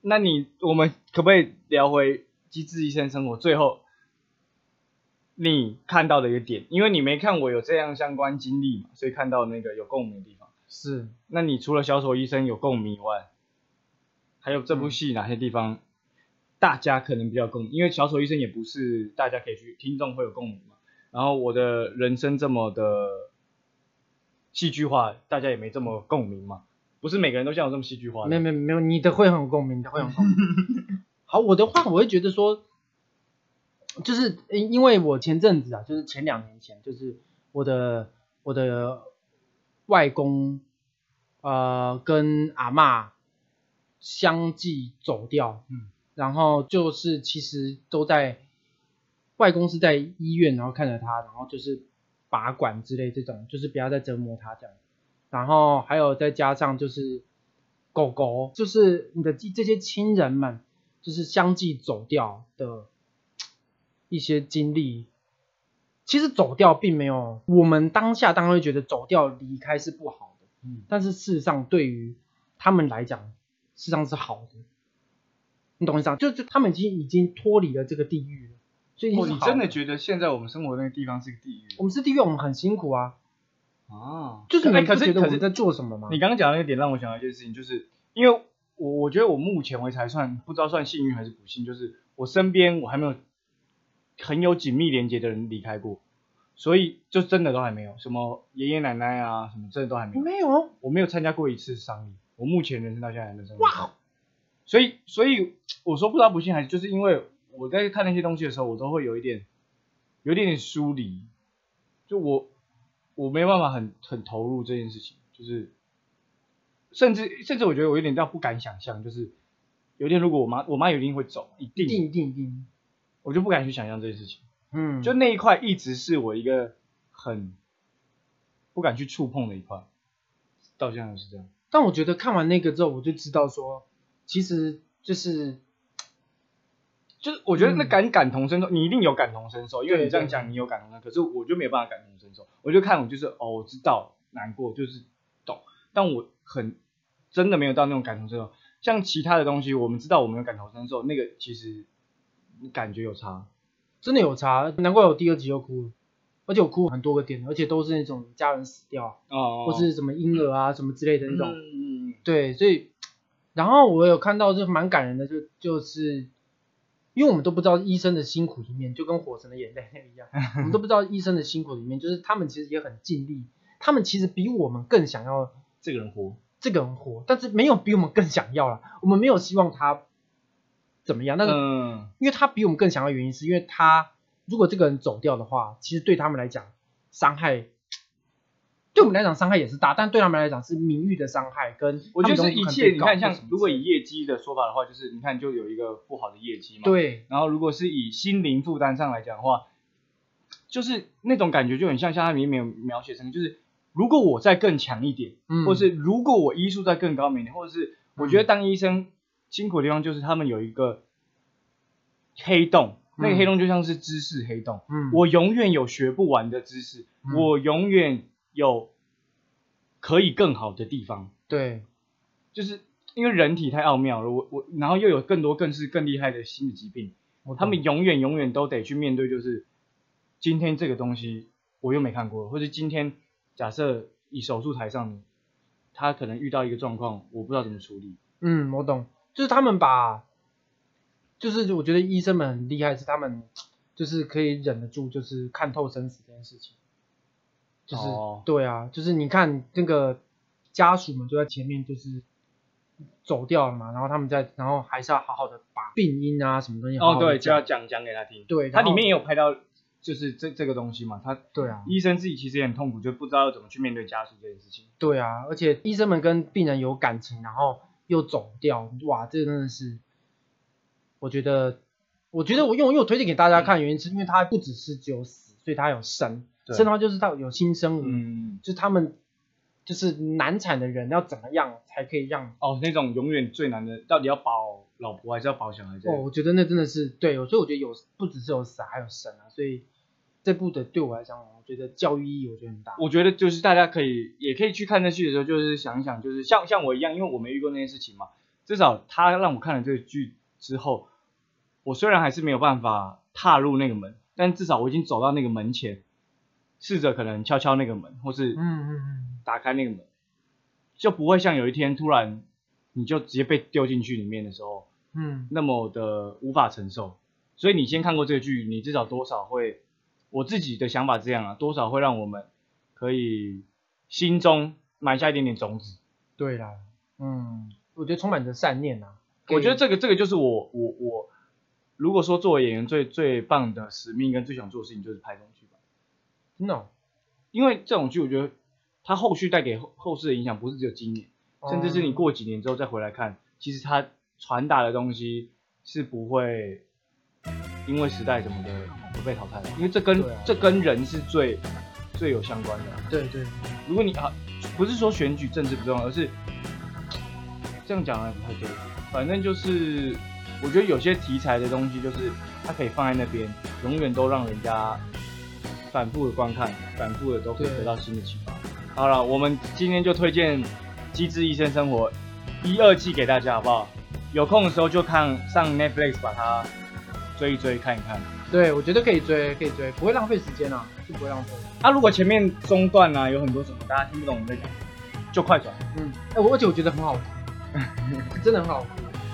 Speaker 2: 那你我们可不可以聊回《机智医生生活》最后你看到的一个点？因为你没看我有这样相关经历嘛，所以看到那个有共鸣的地方。
Speaker 1: 是，
Speaker 2: 那你除了小丑医生有共鸣以外，还有这
Speaker 1: 嗯
Speaker 2: 部戏哪些地方大家可能比较共鸣？因为小丑医生也不是大家可以去听众会有共鸣嘛。然后我的人生这么的戏剧化，大家也没这么共鸣嘛。不是每个人都像我这么戏剧化的。
Speaker 1: 没有没有没有，你的会很有共鸣，你的会很有共鸣。 [laughs] 好，我的话我会觉得说，就是因因为我前阵子啊，就是前两年前，就是我的我的外公呃跟阿嬷相继走掉，
Speaker 2: 嗯，
Speaker 1: 然后就是其实都在外公是在医院，然后看着他，然后就是拔管之类这种，就是不要再折磨他这样。然后还有再加上就是狗狗，就是你的这这些亲人们，就是相继走掉的一些经历。其实走掉并没有，我们当下当然会觉得走掉离开是不好的，
Speaker 2: 嗯
Speaker 1: 但是事实上对于他们来讲，事实上是好的。你懂我意思吗？就就他们已经已经脱离了这个地狱了，所以已经
Speaker 2: 哦，
Speaker 1: 是
Speaker 2: 你
Speaker 1: 好
Speaker 2: 真的觉得现在我们生活的那个地方是个地狱
Speaker 1: 我们是地狱，我们很辛苦啊。
Speaker 2: 啊？
Speaker 1: 就是你
Speaker 2: 哎
Speaker 1: 们不
Speaker 2: 可
Speaker 1: 觉
Speaker 2: 是
Speaker 1: 得我
Speaker 2: 可是
Speaker 1: 们在做什么吗？
Speaker 2: 你刚刚讲的那个点让我想到一件事情，就是因为我我觉得我目前为止还算不知道算幸运还是不幸，就是我身边我还没有很有紧密连接的人离开过，所以就真的都还没有什么爷爷奶奶啊什么，真的都还没有。
Speaker 1: 没有，啊
Speaker 2: 我没有参加过一次丧礼，我目前人生到现在还没有参加过。
Speaker 1: 哇，哦
Speaker 2: 所以所以我说不知道不幸还是就是因为我在看那些东西的时候，我都会有一点有一点点疏离，就我我没办法很很投入这件事情，就是甚至甚至我觉得我有点到不敢想象，就是有点如果我妈我妈有一定会走，一定
Speaker 1: 一定一定一定，
Speaker 2: 我就不敢去想象这件事情，
Speaker 1: 嗯，
Speaker 2: 就那一块一直是我一个很不敢去触碰的一块，到现在都是这样。
Speaker 1: 但我觉得看完那个之后，我就知道说，其实就是
Speaker 2: 就是我觉得那
Speaker 1: 嗯
Speaker 2: 感感同身受，你一定有感同身受，因为你这样讲你有感同身受，可是我就没有办法感同身受，我就看我就是哦，我知道难过就是懂，但我很真的没有到那种感同身受。像其他的东西，我们知道我们有感同身受，那个其实感觉有差。
Speaker 1: 真的有差，难怪我第二集又哭了，而且我哭很多个点，而且都是那种家人死掉，啊
Speaker 2: 哦
Speaker 1: 或是什么婴儿啊什么之类的那种，
Speaker 2: 嗯，
Speaker 1: 对，所以，然后我有看到就蛮感人的，就就是，因为我们都不知道医生的辛苦里面，就跟火神的眼泪
Speaker 2: [laughs]
Speaker 1: 一样，我们都不知道医生的辛苦里面，就是他们其实也很尽力，他们其实比我们更想要
Speaker 2: 这个人活，
Speaker 1: 这个人活，但是没有比我们更想要了，我们没有希望他怎么样，但是
Speaker 2: 嗯，
Speaker 1: 因为他比我们更想要的原因，是因为他如果这个人走掉的话，其实对他们来讲伤害，对我们来讲伤害也是大，但对他们来讲是名誉的伤害跟
Speaker 2: 我觉得
Speaker 1: 他
Speaker 2: 是
Speaker 1: 们都
Speaker 2: 一
Speaker 1: 可能
Speaker 2: 切，
Speaker 1: 被
Speaker 2: 你
Speaker 1: 告
Speaker 2: 看
Speaker 1: 或
Speaker 2: 像
Speaker 1: 什么
Speaker 2: 如果
Speaker 1: 之类
Speaker 2: 以业绩的说法的话，就是你看就有一个不好的业绩嘛，
Speaker 1: 的对
Speaker 2: 然后如果是以心灵负担上来讲的话，就是那种感觉就很像像他里面有描写成，就是如果我再更强一点，
Speaker 1: 嗯
Speaker 2: 或是如果我医术再更高明一点，或者是我觉得当医生辛苦的地方就是他们有一个黑洞，那个黑洞就像是知识黑洞，
Speaker 1: 嗯
Speaker 2: 我永远有学不完的知识，
Speaker 1: 嗯
Speaker 2: 我永远有可以更好的地方，
Speaker 1: 对
Speaker 2: 就是因为人体太奥妙了，我我然后又有更多更是更厉害的心理疾病，
Speaker 1: 我懂
Speaker 2: 他们永远永远都得去面对，就是今天这个东西我又没看过，或者今天假设以手术台上，他可能遇到一个状况，我不知道怎么处理。
Speaker 1: 嗯，我懂，就是他们把，就是我觉得医生们很厉害，是他们就是可以忍得住，就是看透生死这件事情。就是、
Speaker 2: 哦
Speaker 1: 对啊，就是你看那个家属们就在前面，就是走掉了嘛，然后他们在，然后还是要好好的把病因啊什么东西好
Speaker 2: 哦，
Speaker 1: 好地
Speaker 2: 对，就
Speaker 1: 讲
Speaker 2: 要讲讲给他听。
Speaker 1: 对
Speaker 2: 它
Speaker 1: 然后
Speaker 2: 里面也有拍到，就是这这个东西嘛，他
Speaker 1: 对啊，
Speaker 2: 医生自己其实也很痛苦，就不知道要怎么去面对家属这件事情。
Speaker 1: 对啊，而且医生们跟病人有感情，然后又走掉，哇，这真的是，我觉得，我觉得我用因为我推荐给大家看，原因是因为它不只是只有死，所以它有生，
Speaker 2: 嗯对
Speaker 1: 生的话就是它有新生儿，
Speaker 2: 嗯，
Speaker 1: 就是他们就是难产的人要怎么样才可以让，
Speaker 2: 哦，那种永远最难的，到底要保老婆还是要保小孩？这
Speaker 1: 哦，
Speaker 2: 样
Speaker 1: 我觉得那真的是对，所以我觉得有不只是有死，还有生啊，所以这部的对我来讲，我觉得教育意义我觉得很大，
Speaker 2: 我觉得就是大家可以也可以去看那剧的时候，就是想一想，就是像像我一样，因为我没遇过那件事情嘛，至少他让我看了这个剧之后，我虽然还是没有办法踏入那个门，但至少我已经走到那个门前，试着可能敲敲那个门，或是
Speaker 1: 嗯嗯嗯，
Speaker 2: 打开那个门，就不会像有一天突然你就直接被丢进去里面的时候
Speaker 1: 嗯，
Speaker 2: 那么的无法承受。所以你先看过这个剧，你至少多少会，我自己的想法这样啊，多少会让我们可以心中埋下一点点种子。
Speaker 1: 对啦，嗯，我觉得充满着善念啊，
Speaker 2: 我觉得这个这个就是我我我，如果说作为演员最最棒的使命跟最想做的事情就是拍这种剧吧，
Speaker 1: 真的哦、
Speaker 2: 因为这种剧我觉得它后续带给后后世的影响不是只有今年。甚
Speaker 1: 哦
Speaker 2: 至是
Speaker 1: 嗯
Speaker 2: 你过几年之后再回来看，其实它传达的东西是不会因为时代什么的而被淘汰的，因为这跟、
Speaker 1: 对啊
Speaker 2: 这跟人是最最有相关的啊。
Speaker 1: 对对，
Speaker 2: 如果你啊，不是说选举政治不重要，而是这样讲也不太对，反正就是我觉得有些题材的东西，就是它可以放在那边，永远都让人家反复的观看，反复的都可以
Speaker 1: 对
Speaker 2: 得到新的启发。好了，我们今天就推荐《机智医生生活》一二季给大家，好不好？有空的时候就看上 Netflix 把它追一追看一看。
Speaker 1: 对我觉得可以追，可以追，不会浪费时间啊，是不会浪费。
Speaker 2: 啊，如果前面中断啊，有很多什么大家听不懂我们在讲，就快转。
Speaker 1: 嗯，哎、我而且我觉得很好
Speaker 2: [laughs]
Speaker 1: 哭，真的很好哭。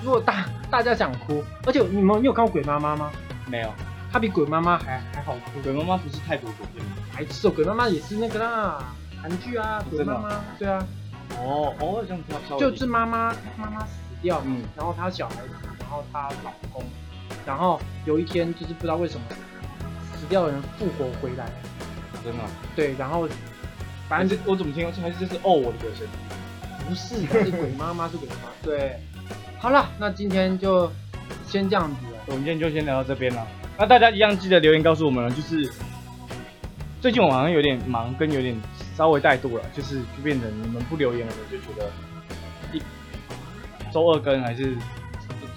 Speaker 1: 如果大大家想哭，而且你们你有看过《鬼妈妈》吗？
Speaker 2: 没有。
Speaker 1: 它比《鬼妈妈》还还好哭，
Speaker 2: 鬼妈妈不是泰国鬼片吗？
Speaker 1: 还是《鬼妈妈》也是那个啦，韩剧啊，《鬼
Speaker 2: 真的
Speaker 1: 妈
Speaker 2: 哦
Speaker 1: 妈》对啊，
Speaker 2: 哦，哦，好像比较稍微
Speaker 1: 就是妈妈妈妈死掉嘛，
Speaker 2: 嗯
Speaker 1: 然后她小孩子，然后她老公，然后有一天就是不知道为什么死掉的人复活回来，
Speaker 2: 真的。
Speaker 1: 对，然后反
Speaker 2: 反
Speaker 1: 正
Speaker 2: 正这我怎么听还是这是哦我的歌声。
Speaker 1: 不是，是鬼妈妈，是鬼妈妈。对，好了，那今天就先这样子了。
Speaker 2: 我们今天就先聊到这边了。那大家一样记得留言告诉我们了，就是最近我好像有点忙，跟有点稍微怠惰了，就是就变成你们不留言了，我就觉得一周二更还是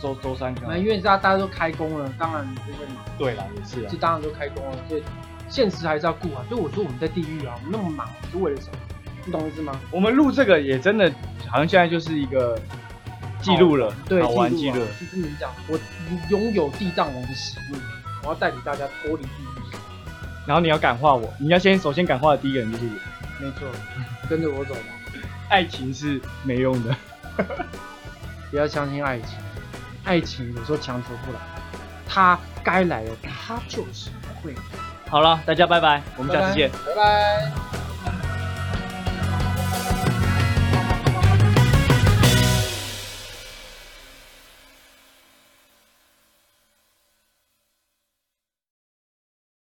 Speaker 2: 周周周三更啊
Speaker 1: 那？因为啊大家大家都开工了，当然就是
Speaker 2: 对啦，也是啊
Speaker 1: 这。当然都开工了，所以现实还是要顾啊。所以我说我们在地狱啊，我们那么忙是为了什么？你懂我意思吗？
Speaker 2: 我们录这个也真的好像现在就是一个记录了，
Speaker 1: 对，
Speaker 2: 好玩
Speaker 1: 记
Speaker 2: 记
Speaker 1: 录
Speaker 2: 录
Speaker 1: 啊
Speaker 2: 了。
Speaker 1: 就跟你讲，我拥有地藏王的使命，我要带领大家脱离地狱。
Speaker 2: 然后你要感化我，你要先首先感化的第一个人就是我。
Speaker 1: 没
Speaker 2: [laughs]
Speaker 1: 错，跟着我走吧，
Speaker 2: 爱情是没用的。
Speaker 1: 不要相信爱情，爱情有时候强求不来，它该来的它就是会来。
Speaker 2: 好了，大家拜拜，我们下次见。
Speaker 1: 拜拜。